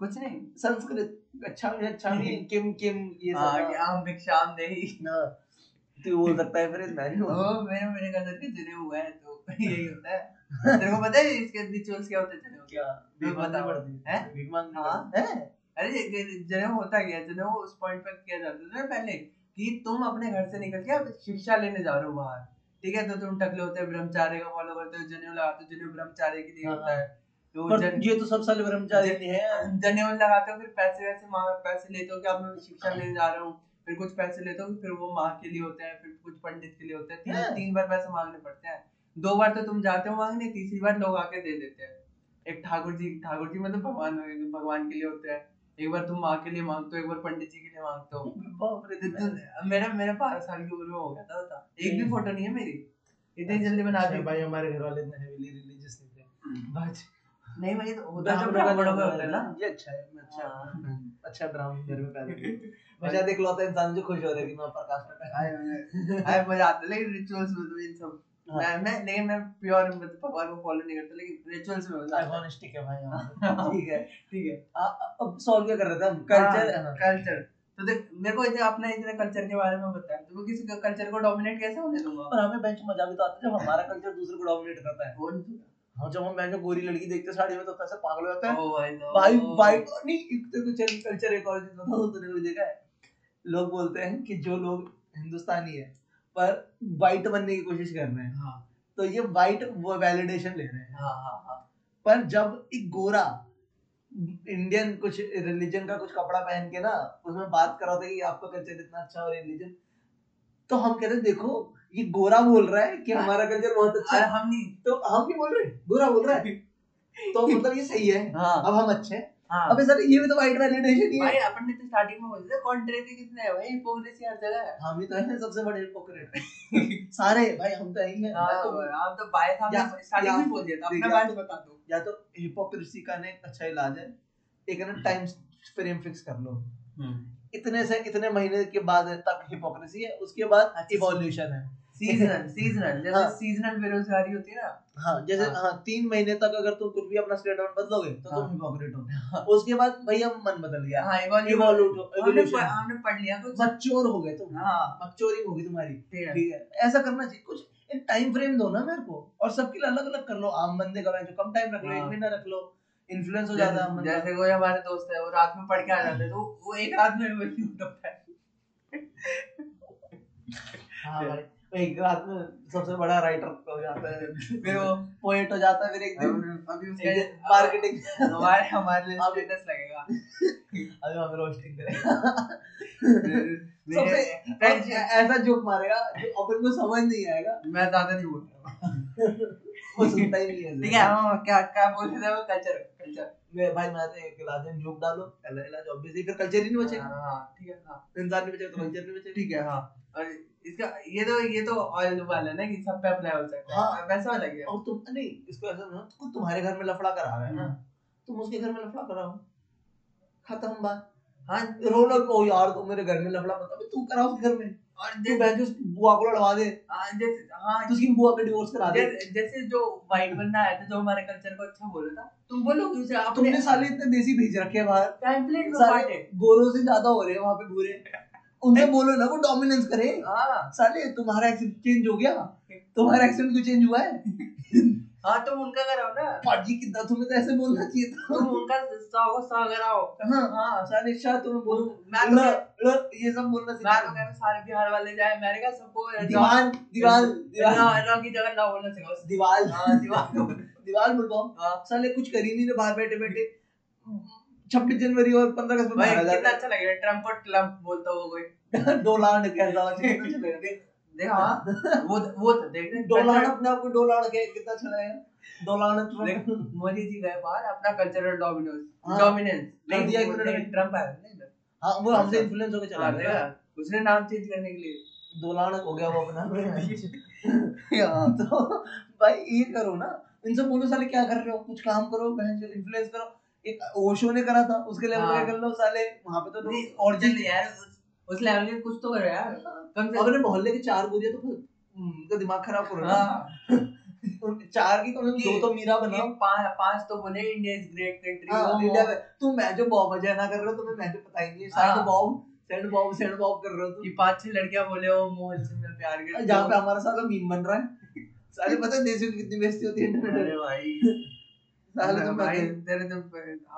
S2: कुछ नहीं
S3: संस्कृत अच्छा में अच्छा में किम किम ये सब
S2: हाँ कि
S3: था।
S2: हम भिक्षाम नहीं
S3: हाँ। तू बोल सकता है फिर
S2: ओ
S3: मैंने
S2: मेरे मेरे कजन के जने हुआ है तो यही होता है तेरे को पता है इसके रिचुअल्स क्या होते हैं जनेऊ के?
S3: क्या भीख मांगनी पड़ती
S2: हैं?
S3: है भीख मांगनी
S2: हाँ।
S3: पड़ती है
S2: अरे ये- ये जनेऊ होता क्या है जनेऊ उस पॉइंट पर किया जाता था ना पहले कि तुम अपने घर से निकल के अब शिक्षा लेने जा रहे हो बाहर ठीक है तो तुम टकले होते हो ब्रह्मचार्य का फॉलो करते हो जनेऊ लगाते हो जनेऊ ब्रह्मचार्य के लिए
S1: हाँ,
S2: होता है तो
S1: पर
S2: जन-
S1: ये तो सब साले ब्रह्मचारी नहीं है
S2: जनेऊ लगाते हो फिर पैसे वैसे माँ पैसे लेते हो कि आप मैं शिक्षा लेने जा रहा हूँ फिर कुछ पैसे लेते हो फिर वो माँ के लिए होते हैं फिर कुछ पंडित के लिए होते हैं
S1: हाँ।
S2: तीन तीन बार पैसे मांगने पड़ते हैं दो बार तो तुम जाते हो मांगने तीसरी बार लोग आके दे देते हैं एक ठाकुर जी ठाकुर जी मतलब भगवान भगवान के लिए होते हैं एक बार तुम माँ के लिए मांगते हो एक बार पंडित जी के लिए मांगते हो तो
S1: बाप रे दिल
S2: मेरा मेरा बारह साल की उम्र में हो गया था बता एक भी
S1: हम्म।
S2: फोटो नहीं है मेरी इतनी जल्दी बना दी
S1: अच्छा, भाई हमारे घर वाले इतने हेवीली रिलीजियस नहीं थे बाज
S2: नहीं भाई तो होता तो ब्राह्मणों में होता है ना
S1: ये अच्छा है मैं अच्छा
S2: हाँ।
S1: अच्छा ब्राह्मण घर में पैदा
S3: मैं शायद इकलौता इंसान जो खुश हो रहा है कि मैं प्रकाश में पैदा
S2: आए मजा- आए मजा आता है लेकिन रिचुअल्स में तो इन सब
S1: हाँ।
S2: मैं मैं लेकिन मैं प्योर मतलब भगवान को फॉलो नहीं करता लेकिन रिचुअल्स में
S1: हाँ।
S2: मजा आता
S1: आइकॉनिस्टिक है भाई हाँ। यहाँ पे।
S2: है
S3: ठीक है
S2: ठीक है
S3: आ, आ, अब सॉल्व क्या कर रहे थे हम
S1: हाँ।
S2: कल्चर
S3: कल्चर
S2: कल्चर तो देख मेरे को इतने अपने इतने कल्चर के बारे में बताया तो मैं किसी कल्चर को डोमिनेट कैसे होने दूंगा
S1: पर हमें बेंच मजा भी तो आता है जब हमारा कल्चर दूसरे को डोमिनेट करता है
S2: कौन
S1: हम हाँ, जब हम बेंच में गोरी लड़की देखते हैं साड़ी में तो कैसे पागल हो जाता है
S2: ओह आई नो
S3: भाई भाई तो नहीं एक तो कुछ कल्चर एक और चीज बताओ तूने कभी देखा है लोग बोलते हैं कि जो लोग हिंदुस्तानी है पर वाइट बनने की कोशिश कर रहे हैं
S2: हां
S3: तो ये वाइट वो वैलिडेशन ले रहे हैं
S2: हां हां
S3: पर जब एक गोरा इंडियन कुछ रिलीजन का कुछ कपड़ा पहन के ना उसमें बात कर रहा था कि आपका कल्चर इतना अच्छा और रिलीजन तो हम कहते हैं, देखो ये गोरा बोल रहा है कि हमारा कल्चर बहुत अच्छा
S2: अरे
S3: है
S2: हम नहीं
S3: तो हम भी बोल रहे हैं गोरा बोल रहा है तो मतलब ये सही है
S2: हां
S3: अब हम अच्छे हैं
S2: हां
S3: अबे सर ये भी तो वाइट वैलिडेशन ही है
S2: भाई अपन ने तो स्टार्टिंग में बोला था कॉन्ट्रेरी कितने है भाई हिपोक्रेसी हर जगह है
S3: हम ही तो हैं सबसे बड़े hypocrite। सारे भाई हम तो यही हैं या तो-
S2: आप तो बायस
S3: या-
S2: आपने स्टार्टिंग
S3: या-
S2: में बोल दिया था अपना
S3: या-
S2: बायस बता दो
S3: या तो हिपोक्रेसी का ने अच्छा इलाज है एक है
S2: हम्म।
S3: ना टाइम फ्रेम फिक्स कर लो इतने से इतने महीने के बाद तक हिपोक्रेसी है उसके बाद
S2: अच्छा।
S3: इवोल्यूशन है
S2: सीजनल सीजनल जैसे
S3: हाँ।
S2: सीजनल बेरोजगारी होती है ना
S3: हाँ जैसे
S2: हाँ।
S3: हाँ तीन महीने तक अगर तुम कुछ भी अपना स्टेटमेंट बदलोगे तो
S2: हाँ।
S3: तुम हिपोक्रेट हो उसके बाद भाई हम मन बदल गया
S2: हाँ इवोल्यूशन
S3: इवोल्यूट
S2: हमने पढ़- हमने पढ़ लिया कुछ
S3: मच्योर हो गए तुम
S2: हाँ
S3: मच्योरिंग होगी तुम्हारी
S2: ठीक है
S3: ठीक है ऐसा करना चाहिए कुछ एक टाइम फ्रेम दो ना मेरे को और सबके लिए अलग अलग कर लो आम बंदे का जो कम टाइम रख लो
S2: हाँ।
S3: एक महीना रख लो
S2: तो
S3: इन्फ्लुएंस हो जाता है आम
S2: जैसे,
S3: बंदा
S2: जैसे कोई हमारे दोस्त है वो रात में पढ़ के आ जाते हैं तो वो एक रात में वही उठता है
S3: हाँ भाई एक रात में सबसे बड़ा राइटर हो जाता है
S2: फिर वो
S3: पोएट हो जाता है फिर एक दिन
S2: अभी उसके
S3: मार्केटिंग
S2: हमारे हमारे लिए
S3: अब-
S2: स्टेटस लगेगा
S3: अभी हम रोस्टिंग करें
S2: मेरे-
S3: सबसे ऐ- ऐसा जोक मारेगा जो अपन को समझ नहीं आएगा
S2: मैं ज्यादा नहीं बोल रहा
S3: वो सुनता ही नहीं है
S2: ठीक है हाँ क्या क्या बोल रहे थे वो कल्चर कल्चर
S3: मैं भाई मैं तो एक इलाज में जोक डालो पहला इलाज ऑब्वियसली फिर कल्चर ही नहीं बचेगा
S2: हाँ ठीक है हाँ
S3: इंसान नहीं बचेगा तो कल्चर नहीं बचेगा
S2: ठीक है हाँ और इसका ये तो ये तो ऑयल वाला ना कि सब पे अप्लाई हो सकता है
S3: हाँ।
S2: वैसा वाला गया
S3: और तुम नहीं इसको ऐसा ना तुम तुम्हारे घर में लफड़ा करा रहा है ना तुम उसके घर में लफड़ा कराओ खत्म बात
S2: हाँ
S3: रोना ओ यार तुम मेरे घर में लफड़ा मत अबे तू करा उसके घर में
S2: और
S3: तू
S2: जैसे
S3: बहन जो बुआ को लड़वा दे तू
S2: हाँ, जैसे हाँ
S3: उसकी बुआ पे डिवोर्स करा दे
S2: जैसे जैसे जो वाइट बंदा आया था जो हमारे कल्चर को अच्छा बोल रहा था तुम बोलोगे उसे अपने
S3: तुमने साले इतने देसी भेज रखे हैं बाहर
S2: टेम्पलेट में
S3: साले
S2: बांटे
S3: गोरों से ज्यादा हो रहे हैं वहां पे भूरे उनसे बोलो ना वो डोमिनेंस करे
S2: हाँ
S3: साले तुम्हारा एक्सेंट चेंज हो गया तुम्हारा एक्सेंट क्यों चेंज हुआ है
S2: हाँ तुम उनका कराओ ना
S3: पाजी कितना तुम्हें तो ऐसे बोलना चाहिए था
S2: तुम उनका सौ सौ कराओ
S3: हाँ हाँ साले शाह तुम्हें बोलो
S2: मैं तो
S3: ल- ल- ये सब बोलना
S2: मैं
S3: सीखो।
S2: तो कह रहा हूँ सारे बिहार वाले जाए मैंने कहा सबको
S3: दीवान दीवान दीवान
S2: दीवार की जगह ना बोलना सिखाओ
S3: दीवाल
S2: हाँ, दीवाल।
S3: दीवाल बोल पाओ
S2: हाँ।
S3: साले कुछ कर ही नहीं रहे बाहर बैठे बैठे छब्बीस जनवरी और पंद्रह अगस्त में
S2: भाई
S3: बाहर आ जाते
S2: कितना अच्छा लगेगा ट्रम्प को ट्रम्प बोलता हुआ कोई
S3: हैं। डोलान कैसा हो, कितना अच्छा लगेगा।
S2: देखा हाँ, वो वो तो देख रहे
S3: डोलान अपने आप को डोलान के कितना अच्छा लगेगा डोलान तो-
S2: देख मोदी जी गए बाहर अपना कल्चरल
S3: हाँ।
S2: डोमिनेंस डोमिनेंस
S3: कर दिया एक मिनट में।
S2: ट्रम्प आया ना इधर।
S3: हाँ वो हमसे इन्फ्लुएंस होकर चला
S2: हाँ,
S3: गया
S2: देखा? उसने नाम चेंज करने के लिए
S3: डोलान हो गया वो अपना हाँ तो भाई ये करो ना इनसे बोलो साले क्या कर रहे हो कुछ काम करो इन्फ्लुएंस करो एक ओशो ने करा था उसके लेवल
S2: हाँ।
S3: का कर लो साले वहां पे तो
S2: नहीं,
S3: लोग
S2: और चल यार उस- उस लेवल के कुछ तो करो यार कम से
S3: अपने मोहल्ले के चार बोलिए तो फिर उनका दिमाग खराब करो ना
S2: हाँ,
S3: उन चार की कम से कम दो तो मीरा
S2: ये
S3: बनाओ
S2: पांच पांच तो बोले इंडिया इज ग्रेट
S3: हाँ, इंडिया में
S2: कंट्री
S3: तुम मैं जो बॉब बजाय ना कर रहे हो तुम्हें मैं तो पता ही नहीं है
S2: हाँ।
S3: सैंड बॉब सैंड बॉब सैंड बॉब कर रहे हो
S2: कि
S3: तुम
S2: पांच छह लड़कियां बोले वो मोहन से मेरे प्यार के
S3: जहाँ पे हमारा सारा मीम बन रहा है सारे पता है देशों की कितनी बेइज्जती होती है इंटरनेट पे
S2: अरे भाई
S3: साले तुम
S2: भाई,
S3: पता
S2: तेरे तो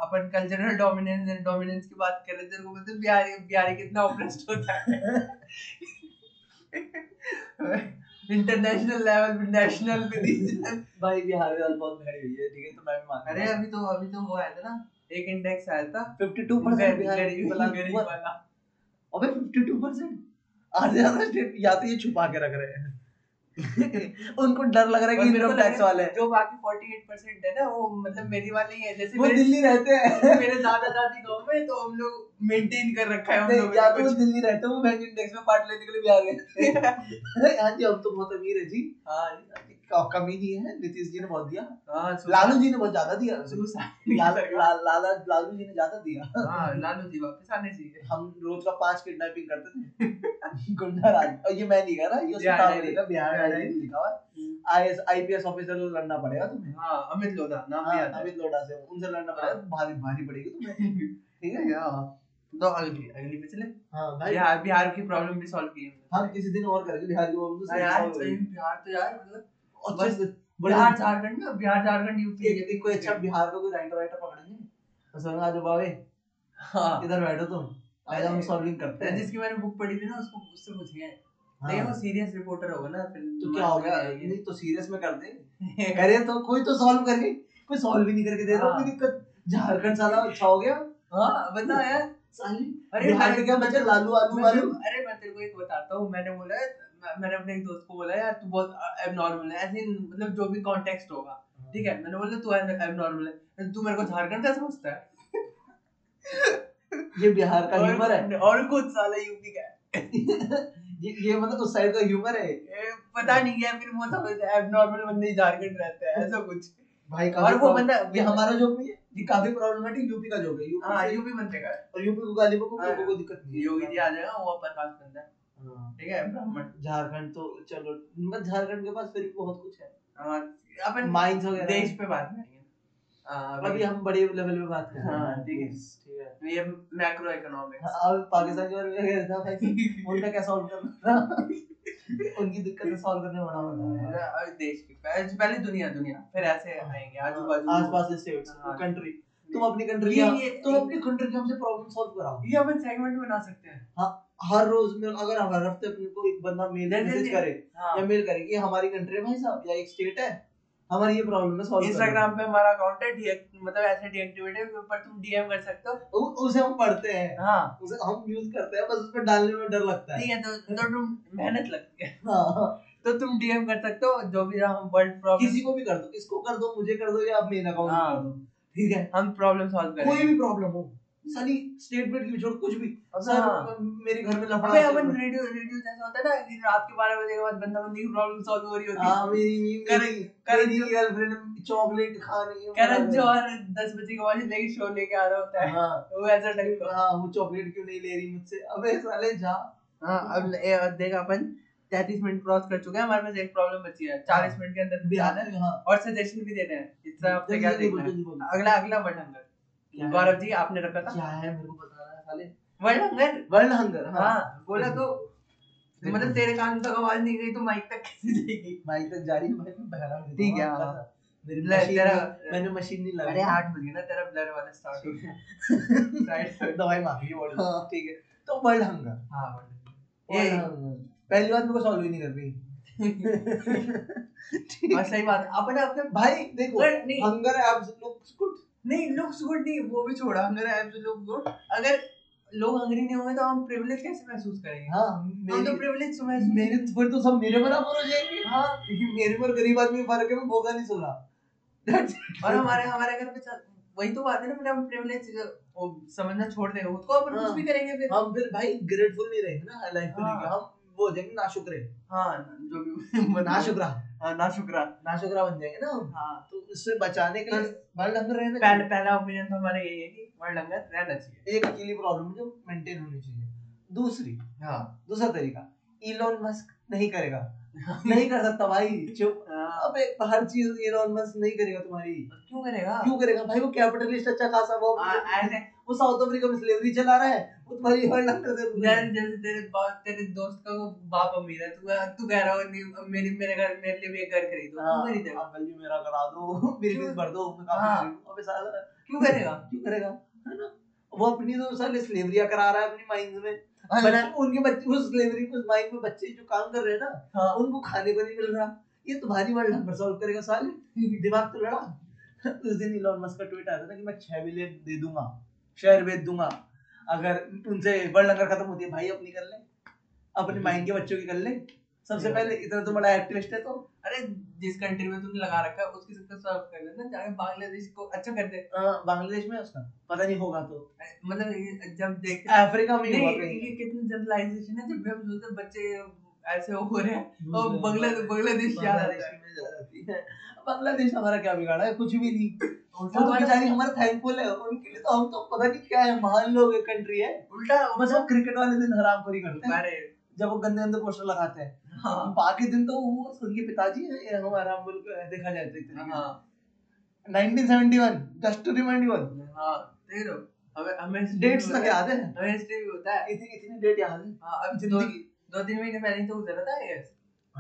S2: अपन कल्चरल डोमिनेंस एंड डोमिनेंस की बात कर रहे तेरे को मतलब बिहारी बिहारी कितना ऑप्रेस्ड होता है इंटरनेशनल लेवल पे नेशनल पे रीजनल
S3: भाई बिहार में बहुत भरी हुई है ठीक है तो मैं भी मान
S2: अरे अभी तो अभी तो वो आया था ना एक इंडेक्स आया था
S3: 52%
S2: गरीब-
S3: बिहार
S2: गरीब वाला गरीब वाला
S3: अबे 52% आधे ज्यादा स्टेट या तो ये छुपा के रख रहे हैं उनको डर लग रहा है
S2: और
S3: कि
S2: मेरे को
S3: इनकम टैक्स
S2: लगा
S3: वाले हैं।
S2: जो बाकी 48% है ना वो मतलब मेरी वाले ही है जैसे
S3: वो
S2: मेरे,
S3: दिल्ली रहते हैं
S2: मेरे दादा दादी गांव में तो हम लोग मेंटेन कर रखा है हम
S3: नहीं,
S2: लोगों
S3: या
S2: ने
S3: तो वो
S2: कुछ।
S3: दिल्ली रहते हैं वो बैंक इंडेक्स में पार्ट लेने के लिए बिहार गए हैं। हाँ जी हम तो बहुत अमीर है जी
S2: हाँ
S3: का- कमी नहीं है नीतीश जी ने बहुत दिया
S2: हाँ सो-
S3: लालू जी ने बहुत ज्यादा दिया
S2: सो-
S3: लाल,
S2: सरकार-
S3: ला, लाला लालू जी ने ज्यादा दिया
S2: हाँ लालू जी वापस आने चाहिए
S3: हम रोज का पांच किडनैपिंग करते थे गुंडा राज और ये मैं नहीं कर रहा ये
S2: बिहार
S3: उसका
S2: डायरी।
S3: लिखा बिहार
S2: बिहार
S3: डायरी
S2: डायरी।
S3: लिखा हुआ आईएएस आईपीएस ऑफिसर से लड़ना पड़ेगा तुम्हें
S2: हाँ अमित लोधा नाम भी
S3: हाँ,
S2: आता है हाँ।
S3: अमित लोढ़ा से उनसे लड़ना पड़ेगा भारी भारी पड़ेगी तुम्हें ठीक है हाँ
S2: तो अगली अगली पे चले
S3: हाँ भाई
S2: बिहार बिहार की प्रॉब्लम भी सॉल्व की हमने।
S3: हम किसी दिन और करेंगे बिहार की वो हमको
S2: हाँ,
S3: सही
S2: यार
S3: सॉल्व
S2: सही
S3: करेंगे।
S2: में बिहार तो यार मतलब
S3: अच्छे से- बड़े-
S2: बिहार झारखंड ना बिहार झारखंड यूपी
S3: एक दिन हम्म। कोई अच्छा बिहार का कोई राइटर राइटर पकड़ेंगे तो और संग आ जाओ बाबे
S2: हाँ
S3: इधर बैठो तुम आज हम सॉल्विंग करते हैं
S2: जिसकी मैंने बुक पढ़ी थी ना उसको उससे पूछेंगे
S3: हाँ,
S2: नहीं वो सीरियस रिपोर्टर होगा ना फिर
S3: तो क्या हो गया नहीं तो सीरियस में कर दे करे तो कोई तो सॉल्व करके कोई सॉल्व भी नहीं करके दे रहा
S2: हाँ।
S3: कोई दिक्कत झारखंड साला अच्छा हो गया
S2: हाँ बता यार
S3: साली
S2: अरे
S3: बिहार
S2: मैं-
S3: के क्या
S2: मैं-
S3: बच्चे लालू आलू
S2: मैं-
S3: वालू
S2: अरे मैं तेरे को एक बताता हूँ मैंने बोला मैं- मैंने अपने एक दोस्त को बोला यार तू बहुत एबनॉर्मल है ऐसे मतलब जो भी कॉन्टेक्स्ट होगा ठीक है मैंने बोला तू एबनॉर्मल है तो तू मेरे को झारखंड का समझता है
S3: ये बिहार का ह्यूमर है
S2: और, और कुछ साला यूपी का है।
S3: ये ये मतलब उस साइड का ह्यूमर है
S2: ए, पता नहीं क्या फिर वो समझता है एबनॉर्मल बंदे ही झारखंड रहते हैं ऐसा कुछ
S3: भाई
S2: और वो
S3: problem-
S2: बंदा
S3: ये हमारा जोक नहीं है ये काफी प्रॉब्लमेटिक यूपी का जोक है यूपी
S2: हाँ
S3: से-
S2: यूपी बंदे का है।
S3: और यूपी को गाली को
S2: हाँ।
S3: लोगों को दिक्कत नहीं है।
S2: योगी जी आ जाएगा वो अपर कास्ट बंदा है
S3: हाँ।
S2: ठीक है ब्राह्मण
S3: झारखंड तो चलो मतलब झारखंड के पास फिर भी बहुत कुछ है
S2: हाँ, अपन
S3: माइंस वगैरह
S2: देश पे बात करेंगे हाँ,
S3: अभी हम बड़े लेवल पे बात कर रहे हैं
S2: हाँ, ठीक है।
S3: ठीक है
S2: ये मैक्रो इकोनॉमिक्स
S3: हाँ, अब पाकिस्तान के बारे में कह रहा था भाई उनका क्या सॉल्व करना उनकी दिक्कतें सॉल्व करने में बड़ा मजा आया
S2: हाँ, देश की पहले पहले दुनिया दुनिया फिर ऐसे आएंगे आजू बाजू
S3: हाँ, आसपास के स्टेट्स
S2: हाँ।
S3: कंट्री तुम अपनी कंट्री
S2: ये-
S3: की
S2: ये-
S3: तुम अपनी कंट्री की हमसे प्रॉब्लम सॉल्व कराओ
S2: ये अपन सेगमेंट बना सकते हैं
S3: हर रोज में अगर हर हफ्ते अपने को एक बंदा मेल
S2: नहीं,
S3: मैसेज
S2: नहीं,
S3: करे
S2: हाँ
S3: या मेल करे कि हमारी कंट्री है भाई साहब या एक स्टेट है हमारी ये प्रॉब्लम है सॉल्व
S2: इंस्टाग्राम पे हमारा अकाउंट है deac- मतलब ऐसे डीएक्टिवेट है पर तुम डीएम कर सकते हो
S3: उसे हम पढ़ते हैं
S2: हाँ
S3: उसे हम यूज करते हैं बस उस पर डालने में डर लगता है
S2: ठीक है तो तो तुम मेहनत लगती है
S3: हाँ।
S2: तो तुम डीएम कर सकते हो जो भी हम वर्ल्ड
S3: किसी
S2: प्रॉब्लम
S3: को भी कर दो इसको कर दो मुझे कर दो या आप मेन अकाउंट
S2: हाँ।
S3: कर दो ठीक है
S2: हम प्रॉब्लम सॉल्व
S3: कोई
S2: करेंगे
S3: भी प्रॉब्लम हो सारी स्टेटमेंट की भी छोड़ कुछ भी सर
S2: हाँ।
S3: मेरे घर में लफड़ा
S2: अबे
S3: है,
S2: अपन
S3: सर,
S2: रेडियो रेडियो जैसा होता है ना कि रात के 12 बजे के बाद बंदा बंदी की प्रॉब्लम सॉल्व हो रही होती
S3: हाँ
S2: है
S3: मेरी मेरी-
S2: करण- करण
S3: मेरी
S2: जो-
S3: गर्लफ्रेंड चॉकलेट खा रही है
S2: करण जौहर 10 बजे के बाद लेके शो लेके आ रहा होता है
S3: हाँ
S2: वो ऐसा टाइप
S3: हाँ वो चॉकलेट क्यों नहीं ले रही मुझसे अबे साले जा
S2: हां हाँ, अब ए, देख अपन 33 मिनट क्रॉस कर चुके हैं हमारे पास एक प्रॉब्लम बची है 40 मिनट के अंदर
S3: बिहार
S2: बिहार
S3: में हाँ
S2: और सजेशन भी देना है इस हफ्ते
S3: जल्दी-
S2: तो क्या
S3: जल्दी बोल,
S2: देखना है
S3: जल्दी बोल।
S2: अगला अगला वर्ल्ड हंगर
S3: क्या है?
S2: गौरव जी आपने रखा था
S3: क्या है मेरे को बताना है साले
S2: वर्ल्ड हंगर
S3: वर्ल्ड हंगर हाँ
S2: हाँ बोला तो मतलब तेरे कान तक आवाज नहीं गई तो माइक तक कैसे जाएगी
S3: माइक तक जा रही है भाई मैं बहरा हूँ
S2: ठीक है, हाँ।
S3: मेरी
S2: ले,
S3: मशीन
S2: तेरा-
S3: नहीं- मैंने मशीन नहीं लगाई
S2: अरे आठ बज गए ना तेरा ब्लर वाला स्टार्ट हो गया राइट
S3: दवाई मांग ली वर्ल्ड
S2: हाँ।
S3: ठीक है तो वर्ल्ड हंगर
S2: हाँ ये
S3: वर्ल्ड हंगर पहली बात मेरे को सॉल्व ही नहीं करनी ठीक है
S2: बस हाँ, सही बात है। अपन अपने
S3: भाई देखो
S2: पर नहीं
S3: हंगर एब्स लुक्स गुड
S2: नहीं लुक्स गुड नहीं वो भी छोड़ा अगर एब्सोल्यूट गुड अगर लोग हंगरी नहीं होंगे तो हम प्रिविलेज कैसे महसूस करेंगे
S3: हाँ
S2: हम तो
S3: मेरी
S2: प्रिविलेज से महसूस
S3: मेरे फिर तो सब मेरे बराबर हो जाएंगे हाँ क्योंकि मेरे पर गरीब आदमी का फर्क है मैं भोगा नहीं सुन रहा That's it.
S2: और हमारे हमारे घर पे चल- वही तो बात है ना फिर हम प्रिविलेज वो समझना छोड़ देंगे उसको अपन
S3: हाँ।
S2: कुछ भी करेंगे फिर
S3: हम फिर भाई ग्रेटफुल नहीं रहेंगे ना लाइफ को
S2: हाँ।
S3: लेके हम वो हो जाएंगे नाशुकरे
S2: हाँ जो भी मना
S3: नाशुकरा
S2: ना शुक्रा
S3: नाशुकरा बन जाएंगे ना हम
S2: हाँ
S3: तो उससे बचाने के लिए वर्ल्ड हंगर रहना
S2: तो पहले पहला ओपिनियन तो हमारा यही है कि वर्ल्ड हंगर रहना चाहिए
S3: चाहिए। एक अकेली प्रॉब्लम जो मेंटेन होनी चाहिए दूसरी
S2: हाँ
S3: दूसरा तरीका इलोन मस्क नहीं करेगा नहीं कर सकता भाई चुप
S2: हाँ,
S3: अबे हर चीज इलोन मस्क नहीं करेगा तुम्हारी
S2: क्यों करेगा
S3: क्यों करेगा भाई वो कैपिटलिस्ट अच्छा खासा वो
S2: आ- ऐसे
S3: वो साउथ अफ्रीका में स्लेवरी चला रहा है वो तुम्हारी वर्ल्ड हंगर से दूर है।
S2: जैसे जैसे तेरे बाप तेरे दोस्त का वो बाप अमीर है तू तू कह रहा हो नहीं मेरे मेरे घर मेरे लिए भी एक घर खरीदो
S3: हाँ,
S2: क्यों खरीदेगा
S3: अंकल जी मेरा करा दो मेरी फीस भर दो मैं काफी
S2: हाँ।
S3: गरीब हूँ। अबे साला
S2: क्यों करेगा
S3: क्यों करेगा है ना वो अपनी तो साले स्लेवरिया करा रहा है अपनी माइंस में बच्चे- उनके बच्चे उस स्लेवरी उस माइंस में बच्चे जो काम कर रहे हैं ना
S2: हाँ।
S3: उनको खाने को नहीं मिल रहा ये तुम्हारी वर्ल्ड नंबर सॉल्व करेगा साले दिमाग तो लड़ा उस दिन इलॉन मस्क का ट्वीट आया था ना कि मैं 6 बिलियन दे दूंगा शेयर बेच दूंगा अगर उनसे वर्ल्ड हंगर खत्म होती है भाई अपनी कर ले
S2: हम्म।
S3: अपने माइंड के बच्चों की कर ले सबसे पहले इतना तो बड़ा एक्टिविस्ट है तो
S2: अरे जिस कंट्री में तुमने लगा रखा है उसकी सबको सर्व कर लेना जाके बांग्लादेश को अच्छा कर दे
S3: अ, बांग्लादेश में है उसका पता नहीं होगा तो
S2: मतलब ये जब देखते
S3: अफ्रीका में ही होगा
S2: नहीं
S3: कहीं
S2: ये कितनी जनरलाइजेशन है जब भी हम सोचते हैं बच्चे ऐसे हो रहे हैं और बांग्ला बांग्लादेश याद आ रहा है
S3: बांग्लादेश में जा जाती है बांग्लादेश हमारा क्या बिगाड़ा है कुछ भी नहीं
S2: उल्टा तो
S3: वो तो बेचारी
S2: हमारा-
S3: हमारा थैंकफुल है उनके लिए तो हम तो पता नहीं क्या है महान लोग है कंट्री है
S2: उल्टा
S3: बस अच्छा, वो क्रिकेट वाले दिन हराम खोरी करते हैं
S2: अरे
S3: जब वो गंदे गंदे पोस्टर लगाते हैं
S2: हाँ
S3: बाकी दिन तो वो उनके पिताजी हैं ये हम हराम बोल के देखा जाए तो एक तरीके
S2: हाँ
S3: से। 1971 जस्ट टू रिमाइंड यू
S2: हाँ देख रहे हो हमें हमें history
S3: डेट्स
S2: भी
S3: तक
S2: होता है।
S3: याद है
S2: हमें हिस्ट्री भी होता है
S3: इतनी इतनी डेट याद है
S2: हाँ अब दो
S3: जिंदगी-
S2: दो तीन महीने पहले ही तो गुजरा था ये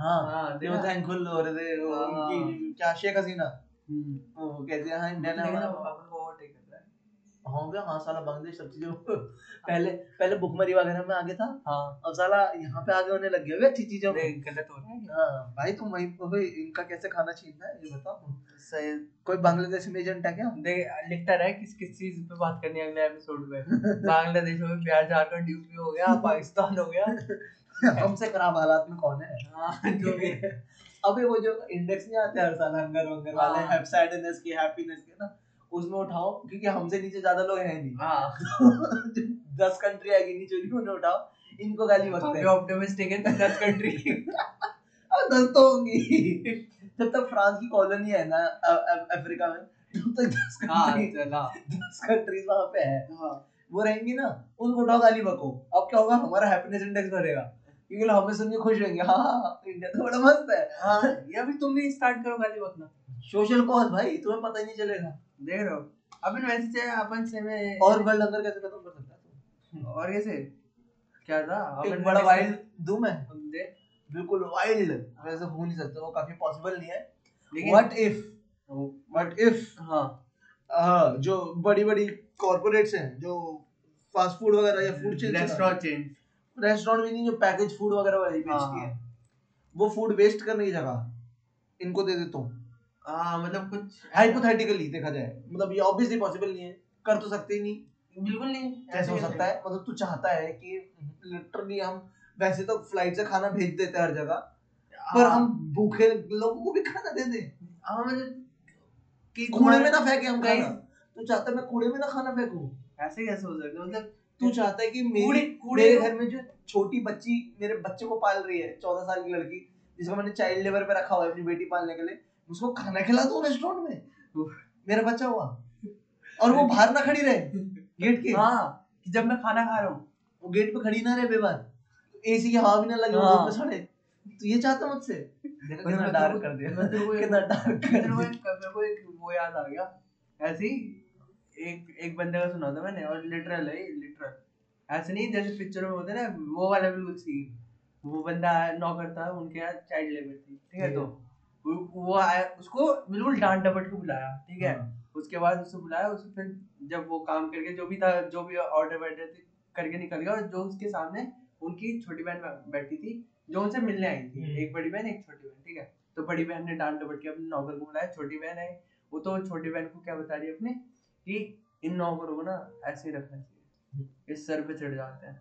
S3: हाँ
S2: हाँ
S3: वो
S2: देखा?
S3: थैंकफुल हो रहे थे वो
S2: हाँ।
S3: उनकी क्या शेख हसीना
S2: हम्म।
S3: वो कहते हैं हाँ इंडिया ने
S2: लेकिन
S3: हमारा
S2: अब अपन को overtake कर रहा है
S3: होंगे हाँ साला बांग्लादेश सब चीजों पहले पहले भुखमरी वगैरह में आगे था
S2: हाँ
S3: अब साला यहाँ पे आगे होने लग गया वे अच्छी चीजों में
S2: नहीं, गलत हो रहा है
S3: हाँ भाई तुम वही वही इनका कैसे खाना छीनना है ये बताओ
S2: सही
S3: कोई बांग्लादेश में एजेंट है क्या
S2: दे लिखता रहा है किस किस चीज पे बात करनी है अगले एपिसोड में बांग्लादेश हो गया बिहार झारखंड यूपी हो गया पाकिस्तान हो गया
S3: हमसे खराब हालात में कौन है
S2: हाँ जो भी है।
S3: अबे वो जो इंडेक्स नहीं आते हर साल हंगर वंगर वाले
S2: हाँ।
S3: सैडनेस की हैप्पीनेस के ना उसमें उठाओ क्योंकि हमसे नीचे ज्यादा लोग हैं नहीं
S2: हाँ
S3: जो दस कंट्री आएगी नीचे उन्हीं उन्हें उठाओ इनको गाली बकते हैं
S2: जो ऑप्टिमिस्टिक है दस कंट्री
S3: अब दस तो होंगी जब तक फ्रांस की कॉलोनी है ना अ- अ- अफ्रीका में तब तक दस
S2: हाँ
S3: कंट्री
S2: चला
S3: दस कंट्रीज वहां पे है
S2: हाँ
S3: वो रहेंगी ना उनको उठाओ गाली बको अब क्या होगा हमारा हैप्पीनेस इंडेक्स बढ़ेगा क्योंकि लोग हमें सुन के खुश होंगे हाँ हाँ, इंडिया तो बड़ा मस्त है
S2: हाँ या फिर तुम भी स्टार्ट करो गाली बकना
S3: सोशल कॉज भाई तुम्हें पता ही नहीं चलेगा
S2: देख रहे हो अपन वैसे से- अपन से में
S3: और वर्ल्ड हंगर कैसे खत्म कर सकता है तू?
S2: और कैसे क्या था
S3: एक बड़ा वाइल्ड धूम है
S2: दे
S3: बिल्कुल वाइल्ड वैसे हो नहीं सकता वो काफी पॉसिबल नहीं है
S2: लेकिन
S3: व्हाट इफ व्हाट इफ
S2: हाँ
S3: हाँ जो बड़ी बड़ी कॉर्पोरेट्स हैं जो फास्ट फूड वगैरह या food chain
S2: restaurant chain
S3: restaurant भी नहीं जो पैकेज फूड वगैरह वाली
S2: हाँ,
S3: बेचती
S2: हाँ।
S3: है वो फूड वेस्ट करने की जगह इनको दे देता हूँ
S2: हाँ मतलब कुछ
S3: हाइपोथेटिकली देखा जाए मतलब ये ऑब्वियसली पॉसिबल नहीं है कर तो सकते ही नहीं
S2: बिल्कुल नहीं
S3: जैसे हो
S2: ऐसे
S3: सकता है मतलब तू चाहता है कि लिटरली हम वैसे तो फ्लाइट से खाना भेज देते हैं हर जगह
S2: हाँ।
S3: पर हम भूखे लोगों को भी खाना दे दें
S2: हाँ मतलब कि
S3: कूड़े
S2: तुम्हारे-
S3: में ना फेंके हम
S2: Guys-
S3: खाना तू चाहता है मैं कूड़े में ना खाना फेंकूं
S2: ऐसे कैसे हो सकता है मतलब
S3: तू चाहता है कि
S2: कूड़े
S3: मेरी
S2: कूड़े
S3: मेरे घर में जो छोटी बच्ची मेरे बच्चे को पाल रही है चौदह साल की लड़की जिसको मैंने चाइल्ड लेबर पे रखा हुआ है अपनी बेटी पालने के लिए उसको खाना खिला दो रेस्टोरेंट में
S2: उफ।
S3: मेरा बच्चा हुआ और वो बाहर ना खड़ी रहे गेट के
S2: हाँ कि जब मैं खाना खा रहा हूँ
S3: वो गेट पे खड़ी ना रहे तो बेबार एसी की हवा भी ना लगे वो
S2: हाँ।
S3: धूप में सड़े तो ये चाहता मुझसे कितना
S2: मैं
S3: डार्क
S2: तो-
S3: कर दिया
S2: मैं तो वो-
S3: कितना डार्क कर
S2: मेरे को
S3: दिया
S2: एक मेरे को एक वो याद आ गया ऐसे ही एक एक बंदे का सुना था मैंने और लिटरल है लिटरल ऐसे नहीं जैसे पिक्चर में होते हैं ना वो वाला बिल्कुल सीन वो बंदा नौ करता है उनके यहाँ चाइल्ड लेबर थी ठीक है तो
S3: हाँ।
S2: वो- वो आया उसको बिल्कुल डांट डपट के बुलाया ठीक है उसके बाद उसको बुलाया उस फिर जब वो काम करके जो भी था जो भी ऑर्डर वॉर्डर थे करके निकल गया और जो उसके सामने उनकी छोटी बहन बै- बैठी थी जो उनसे मिलने आई
S1: हम्म।
S2: थी एक बड़ी बहन एक छोटी बहन ठीक है तो बड़ी बहन ने डांट डपट के अपने नौकर को बुलाया छोटी बहन आई वो तो छोटी बहन को क्या बता रही है अपने कि इन नौकरों को ना ऐसे ही रखना चाहिए ये सर पे चढ़ जाते हैं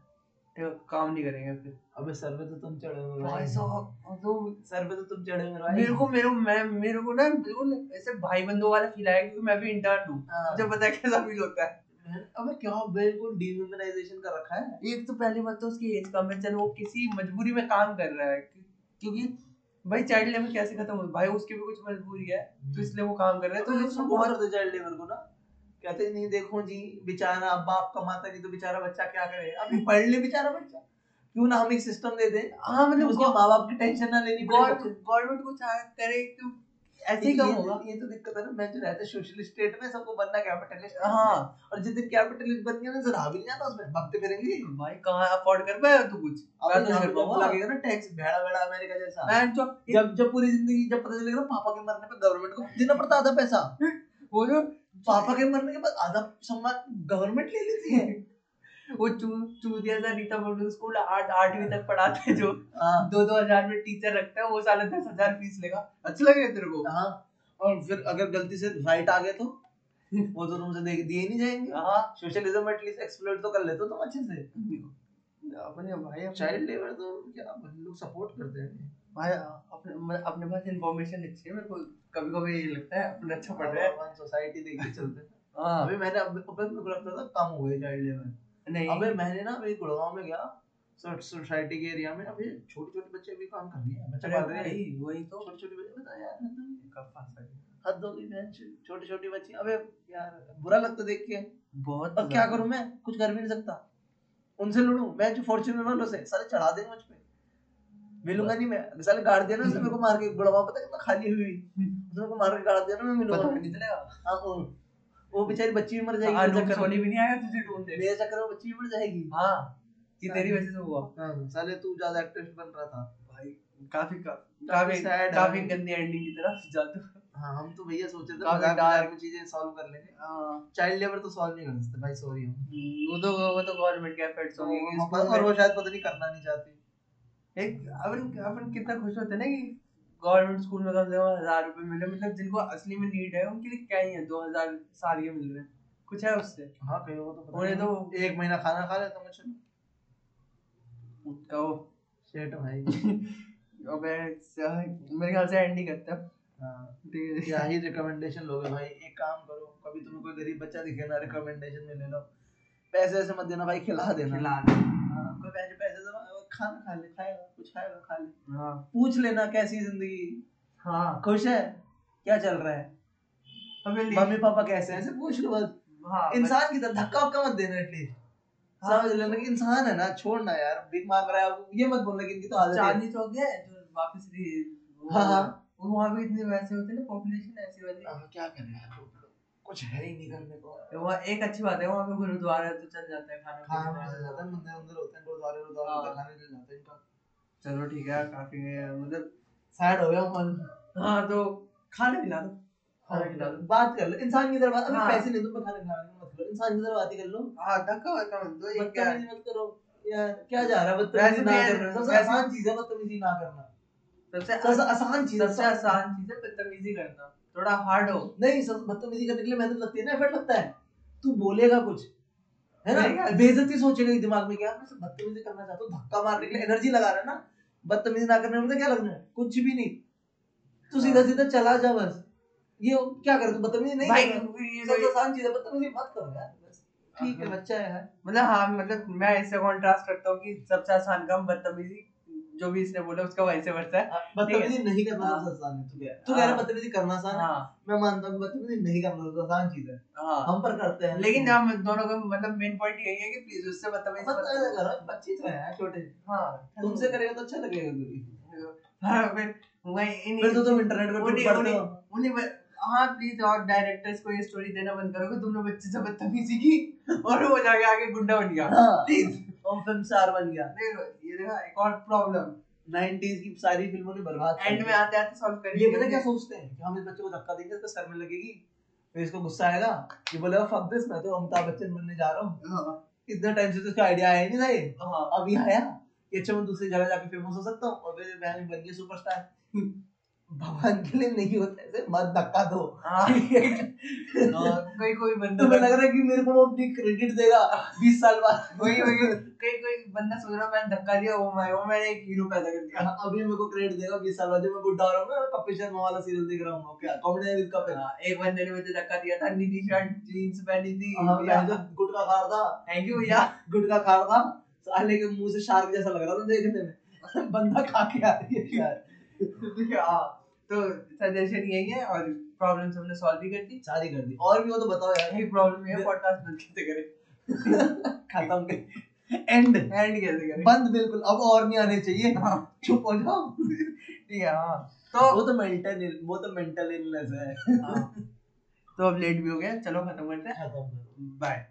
S2: ठीक है काम नहीं करेंगे फिर
S3: अबे सर पे तो तुम चढ़े हो मेरे
S2: भाई
S3: भाई
S2: साहब तो
S3: सर पे तो तुम चढ़े हो मेरे भाई
S2: मेरे को मेरे को- मैं मेरे को ना बिल्कुल ऐसे भाई बंधु वाला फील आया क्योंकि मैं भी इंटर्न हूँ
S3: हाँ।
S2: जब पता है कैसा फील होता है
S3: अबे क्या बिल्कुल डिह्यूमनाइजेशन कर रखा है
S2: एक तो पहली बात तो उसकी एज कम है चल वो किसी मजबूरी में काम कर रहा है क्यों- क्योंकि भाई चाइल्ड लेबर कैसे खत्म हो भाई उसकी भी कुछ मजबूरी है तो इसलिए वो काम कर रहा है
S3: हम्म। तो
S2: तो
S3: लोग
S2: इसको
S3: सपोर्ट
S2: बहुत
S3: करते चाइल्ड लेबर को ना कहते हैं, नहीं देखो जी बेचारा बाप कमाता नहीं तो बेचारा बच्चा क्या करे अभी पढ़ ले बेचारा बच्चा क्यों ना हम एक सिस्टम दे दें
S2: हाँ
S3: कि
S2: मतलब
S3: उसके माँ बाप की टेंशन ना लेनी पड़े बच्चे
S2: गवर्नमेंट कुछ करे तो
S3: को।
S2: ऐसे ही
S3: ये-
S2: कम होगा
S3: ये तो दिक्कत है ना मैं जो रहता सोशलिस्ट स्टेट में सबको बनना कैपिटलिस्ट
S2: हाँ
S3: और जिस दिन कैपिटलिस्ट बन गया ना जरा भी नहीं जाता उसमें भगते फिरेंगे
S2: भाई कहाँ अफोर्ड कर पाया तू कुछ
S3: अब
S2: मैं तो
S3: यहाँ पे
S2: नहीं कर
S3: जब
S2: पाऊंगा
S3: लगेगा ना टैक्स भेड़ा भेड़ा अमेरिका जैसा
S2: मैं जो
S3: जब जब पूरी जिंदगी जब पता चलेगा ना पापा के मरने पे गवर्नमेंट को देना पड़ता आधा पैसा
S2: वो जो
S3: पापा के मरने के बाद आधा सम्मान गवर्नमेंट ले लेती है
S2: वो चू चूतिया सा रीता पब्लिक स्कूल आठ आठवीं तक पढ़ाते हैं जो
S3: हाँ
S2: दो दो हजार में टीचर रखता है वो साला दस हजार फीस लेगा अच्छा लगेगा तेरे को
S3: हाँ और फिर अगर गलती से राइट आ गए तो वो तो तुमसे देख दिए नहीं जाएंगे
S2: हाँ
S3: सोशलिज्म एटलीस्ट एक्सप्लोर तो कर लेते हो तुम अच्छे से
S2: अपने भाई अपने
S3: चाइल्ड लेबर तो क्या हम लोग सपोर्ट करते हैं
S2: भाई अपने मैं- अपने पास इंफॉर्मेशन अच्छी है मेरे को कभी कभी ये लगता है अपने अच्छा पढ़ रहे हैं
S3: अपन सोसाइटी देख के चलते हैं
S2: हाँ
S3: अभी मैंने अब अब मेरे को लगता था कम हो गए चाइल्ड लेबर
S2: नहीं
S3: अबे मैंने ना अभी गुड़गांव में गया सो- सोसाइटी के एरिया में अभी छोटे छोटे बच्चे भी काम कर रहे हैं बच्चे
S2: अरे
S3: पढ़ रहे हैं
S2: भाई वही तो
S3: छोटे छोटे बच्चे बता यार हद हो गई।
S2: कब पास आ गया?
S3: हद हो गई बहन छोटी छोटी बच्ची अबे यार बुरा लगता देख के
S2: बहुत
S3: अब क्या करूं मैं कुछ कर भी नहीं सकता उनसे लड़ूं मैं जो फॉर्च्यूनर वालों से सारे चढ़ा देंगे मुझ पे मिलूंगा नहीं मैं साले गाड़ देना उसने मेरे को मार के गुड़वा पता कितना खाली हुई उसने मेरे को मार के गाड़ देना मैं
S2: हम्म।
S3: मिलूंगा
S2: पता भी
S3: नहीं।
S2: नहीं चलेगा
S3: हाँ, वो वो बेचारी बच्ची भी मर जाएगी
S2: आज
S3: मेरे
S2: लोग
S3: चक्कर
S2: सोनी
S3: में।
S2: भी नहीं आया तुझे ढूंढने
S3: मेरे चक्कर में बच्ची भी मर जाएगी
S2: हाँ कि तेरी वजह से हुआ
S3: हाँ, साले तू ज्यादा एक्ट्रेस बन रहा था
S2: भाई काफी काफी
S3: काफी
S2: काफी
S3: sad है।
S2: काफी गंदी एंडिंग की तरफ जाते
S3: हाँ हम तो भैया सोचे थे
S2: काफी
S3: मजाक
S2: dark।
S3: मजाक में चीजें सॉल्व कर लेंगे
S2: हाँ
S3: चाइल्ड लेबर तो सॉल्व नहीं कर सकते भाई सॉरी हम
S2: वो तो वो तो गवर्नमेंट के एफर्ट्स
S3: तो
S2: होंगे कि
S3: वो-
S2: स्कूल
S3: और
S2: में
S3: वो शायद पता नहीं करना नहीं चाहते
S2: एक अपन अपन कितना खुश होते हैं ना कि गवर्नमेंट स्कूल में कम से कम हजार रुपए मिले मतलब जिनको असली में नीड है उनके लिए क्या ही है दो हजार साल के मिल रहे हैं कुछ है उससे
S3: हाँ कहीं वो तो पता
S2: उन्हें
S3: नहीं।
S2: तो-
S3: एक महीना खाना खा लेता मैं चलो
S2: उनका वो
S3: शेट भाई
S2: अबे स- मेरे ख्याल से एंड नहीं करता
S3: हाँ
S2: ठीक है
S3: क्या ही रिकमेंडेशन लोगे भाई एक काम करो कभी तुम्हें कोई गरीब बच्चा दिखे ना रिकमेंडेशन में ले लो पैसे ऐसे मत देना भाई खिला देना
S2: खिला
S3: हाँ, कोई पैसे पैसे दो वो खाना खा ले खाएगा कुछ खाएगा खा ले
S2: हाँ
S3: पूछ लेना कैसी जिंदगी
S2: हाँ
S3: खुश है क्या चल रहा है
S2: हमें ले-
S3: मम्मी पापा कैसे हैं ऐसे पूछ लो बस
S2: हाँ
S3: इंसान की तरह धक्का उक्का मत देना एटलीस्ट
S2: हाँ।
S3: समझ लेना कि इंसान है ना छोड़ना यार बिग मांग रहा है अब ये मत बोलना कि इनकी तो आदत है
S2: चांदनी चौक है जो वापस री
S3: हाँ, हाँ।
S2: वहाँ भी इतने वैसे होते हैं ना पॉपुलेशन ऐसी वाली
S3: हाँ, क्या करें यार लोग लोग, कुछ है ही नहीं तो। करने को
S2: वहाँ एक अच्छी बात है वहाँ पे गुरुद्वारा है तो चल जाता है खाना
S3: खाना
S2: पीना।
S3: मिल जाता है मंदिर अंदर होते हैं गुरुद्वारे गुरुद्वारे
S2: हाँ।
S3: होते हैं, खाने मिल जाते हैं इनका
S2: चलो ठीक है काफी है, मतलब
S3: सैड हो गया मन
S2: हाँ तो खाना खिला दो खाना
S3: हाँ,
S2: खिला दो
S3: बात कर लो इंसान की तरह बात अभी
S2: हाँ।
S3: पैसे नहीं तुम खाना खिलाने का मत करो इंसान की तरह बात ही कर लो
S2: हाँ धक्का वक्का मत दो ये क्या है?
S3: बदतमीजी मत करो यार क्या जा रहा है बदतमीजी
S2: वैसे भी
S3: ना
S2: ऐसे-
S3: करना सबसे
S2: वैसे-
S3: आसान चीज है बदतमीजी ना करना
S2: सबसे
S3: सबसे
S2: आसान-
S3: आसान तो- चीज है
S2: सबसे आसान चीज है बदतमीजी करना थोड़ा हार्ड हो
S3: नहीं सब बदतमीजी करने के लिए मेहनत लगती है ना एफर्ट लगता है तू बोलेगा कुछ है
S2: नहीं,
S3: ना
S2: यार।
S3: बेइज्जती सोचेगा कि दिमाग में क्या मैं सब बदतमीजी करना चाहता हूँ धक्का मारने के लिए एनर्जी लगा रहा है ना बदतमीजी ना करने में पता क्या लगना है कुछ भी नहीं तू
S2: हाँ।
S3: सीधा सीधा चला जा बस ये क्या कर तू बदतमीजी नहीं
S2: भाई
S3: करना।
S2: ये
S3: सबसे
S2: तो-
S3: आसान चीज है बदतमीजी मत करो यार बस ठीक है
S2: हाँ।
S3: बच्चा है यार
S2: मतलब हाँ मतलब मैं इससे कॉन्ट्रास्ट करता हूँ कि सबसे आसान काम बदतमीजी जो भी इसने बोला उसका वैसे वर्ष है
S3: बदतमीजी नहीं करना
S2: हाँ।
S3: सबसे आसान है तू कह तू कह रहा है
S2: हाँ।
S3: बदतमीजी करना आसान है
S2: हाँ
S3: मैं मानता हूँ कि बदतमीजी नहीं करना सबसे आसान चीज है
S2: हाँ
S3: हम पर करते हैं
S2: लेकिन हम दोनों का मतलब मेन पॉइंट यही है कि प्लीज उससे बदतमीजी मत
S3: बदतमीजी
S2: करो।
S3: करो बच्चे तो है छोटे
S2: हाँ
S3: तुमसे करेगा तो अच्छा लगेगा तुझे
S2: हाँ फिर वही इन-
S3: फिर तो तुम इंटरनेट पे
S2: उन्हें-
S3: ढूंढ पढ़ते
S2: उन्हें-
S3: हो
S2: उन्हें ब- हाँ प्लीज और डायरेक्टर्स को ये स्टोरी देना बंद करो कि तुमने बच्चे से बदतमीजी की और वो जाके आगे गुंडा बन गया
S3: हाँ।
S2: प्लीज
S3: और फिल्म स्टार बन गया
S2: ये देखा एक और प्रॉब्लम
S3: 90s की सारी फिल्मों ने बर्बाद कर
S2: एंड में
S3: दिया।
S2: आते आते सॉल्व करेंगे
S3: ये पता क्या सोचते हैं कि हम इस बच्चे को धक्का देंगे इसको सर में लगेगी फिर इसको गुस्सा आएगा ये बोलेगा फक दिस मैं तो अमिताभ बच्चन बनने जा रहा हूँ
S2: हाँ
S3: इतना टाइम से तो इसका आइडिया आया ही नहीं था ये
S2: हाँ
S3: अभी आया कि अच्छा मैं दूसरी जगह जाके फेमस हो सकता हूँ और फिर मैं बन गया सुपरस्टार भगवान के लिए नहीं होता ऐसे मत धक्का दो
S2: हाँ तो
S3: ठीक है?
S2: और हाँ, कोई कोई बंदा
S3: तुम्हें लग रहा है कि मेरे को वो अपनी क्रेडिट देगा 20 साल बाद
S2: कोई कोई कोई कोई बंदा सोच रहा है, मैंने धक्का दिया ओ माय ओ मैंने एक हीरो पैदा कर दिया
S3: हाँ, अभी मेरे को क्रेडिट देगा 20 साल बाद जब मैं बुढ़ा हो रहा हूँ ना कपिल शर्मा वाला सीरियल देख रहा हूँ क्या कॉमेडी विद कपिल
S2: हाँ, एक बंदे ने मुझे धक्का दिया था नीली शर्ट जीन्स पहनी थी
S3: हाँ, जो गुटखा खा रहा था
S2: थैंक यू भैया
S3: गुटखा खा रहा था साले के मुंह से शार्क जैसा लग रहा था देखने में बंदा खा के आ रही है यार
S2: हाँ, तो सजेशन यही है और प्रॉब्लम्स हमने सॉल्व भी कर दी
S3: सारी कर दी और भी हो तो बताओ यार
S2: एक प्रॉब्लम ये पॉडकास्ट बंद कैसे करें
S3: खत्म कर एंड
S2: एंड कैसे करें
S3: बंद बिल्कुल अब और नहीं आने चाहिए
S2: हाँ,
S3: चुप हो जाओ
S2: ठीक है हाँ तो
S3: वो तो मेंटल वो तो मेंटल इलनेस है
S2: हाँ, तो अब लेट भी हो गया चलो खत्म करते हैं
S3: खत्म करो
S2: बाय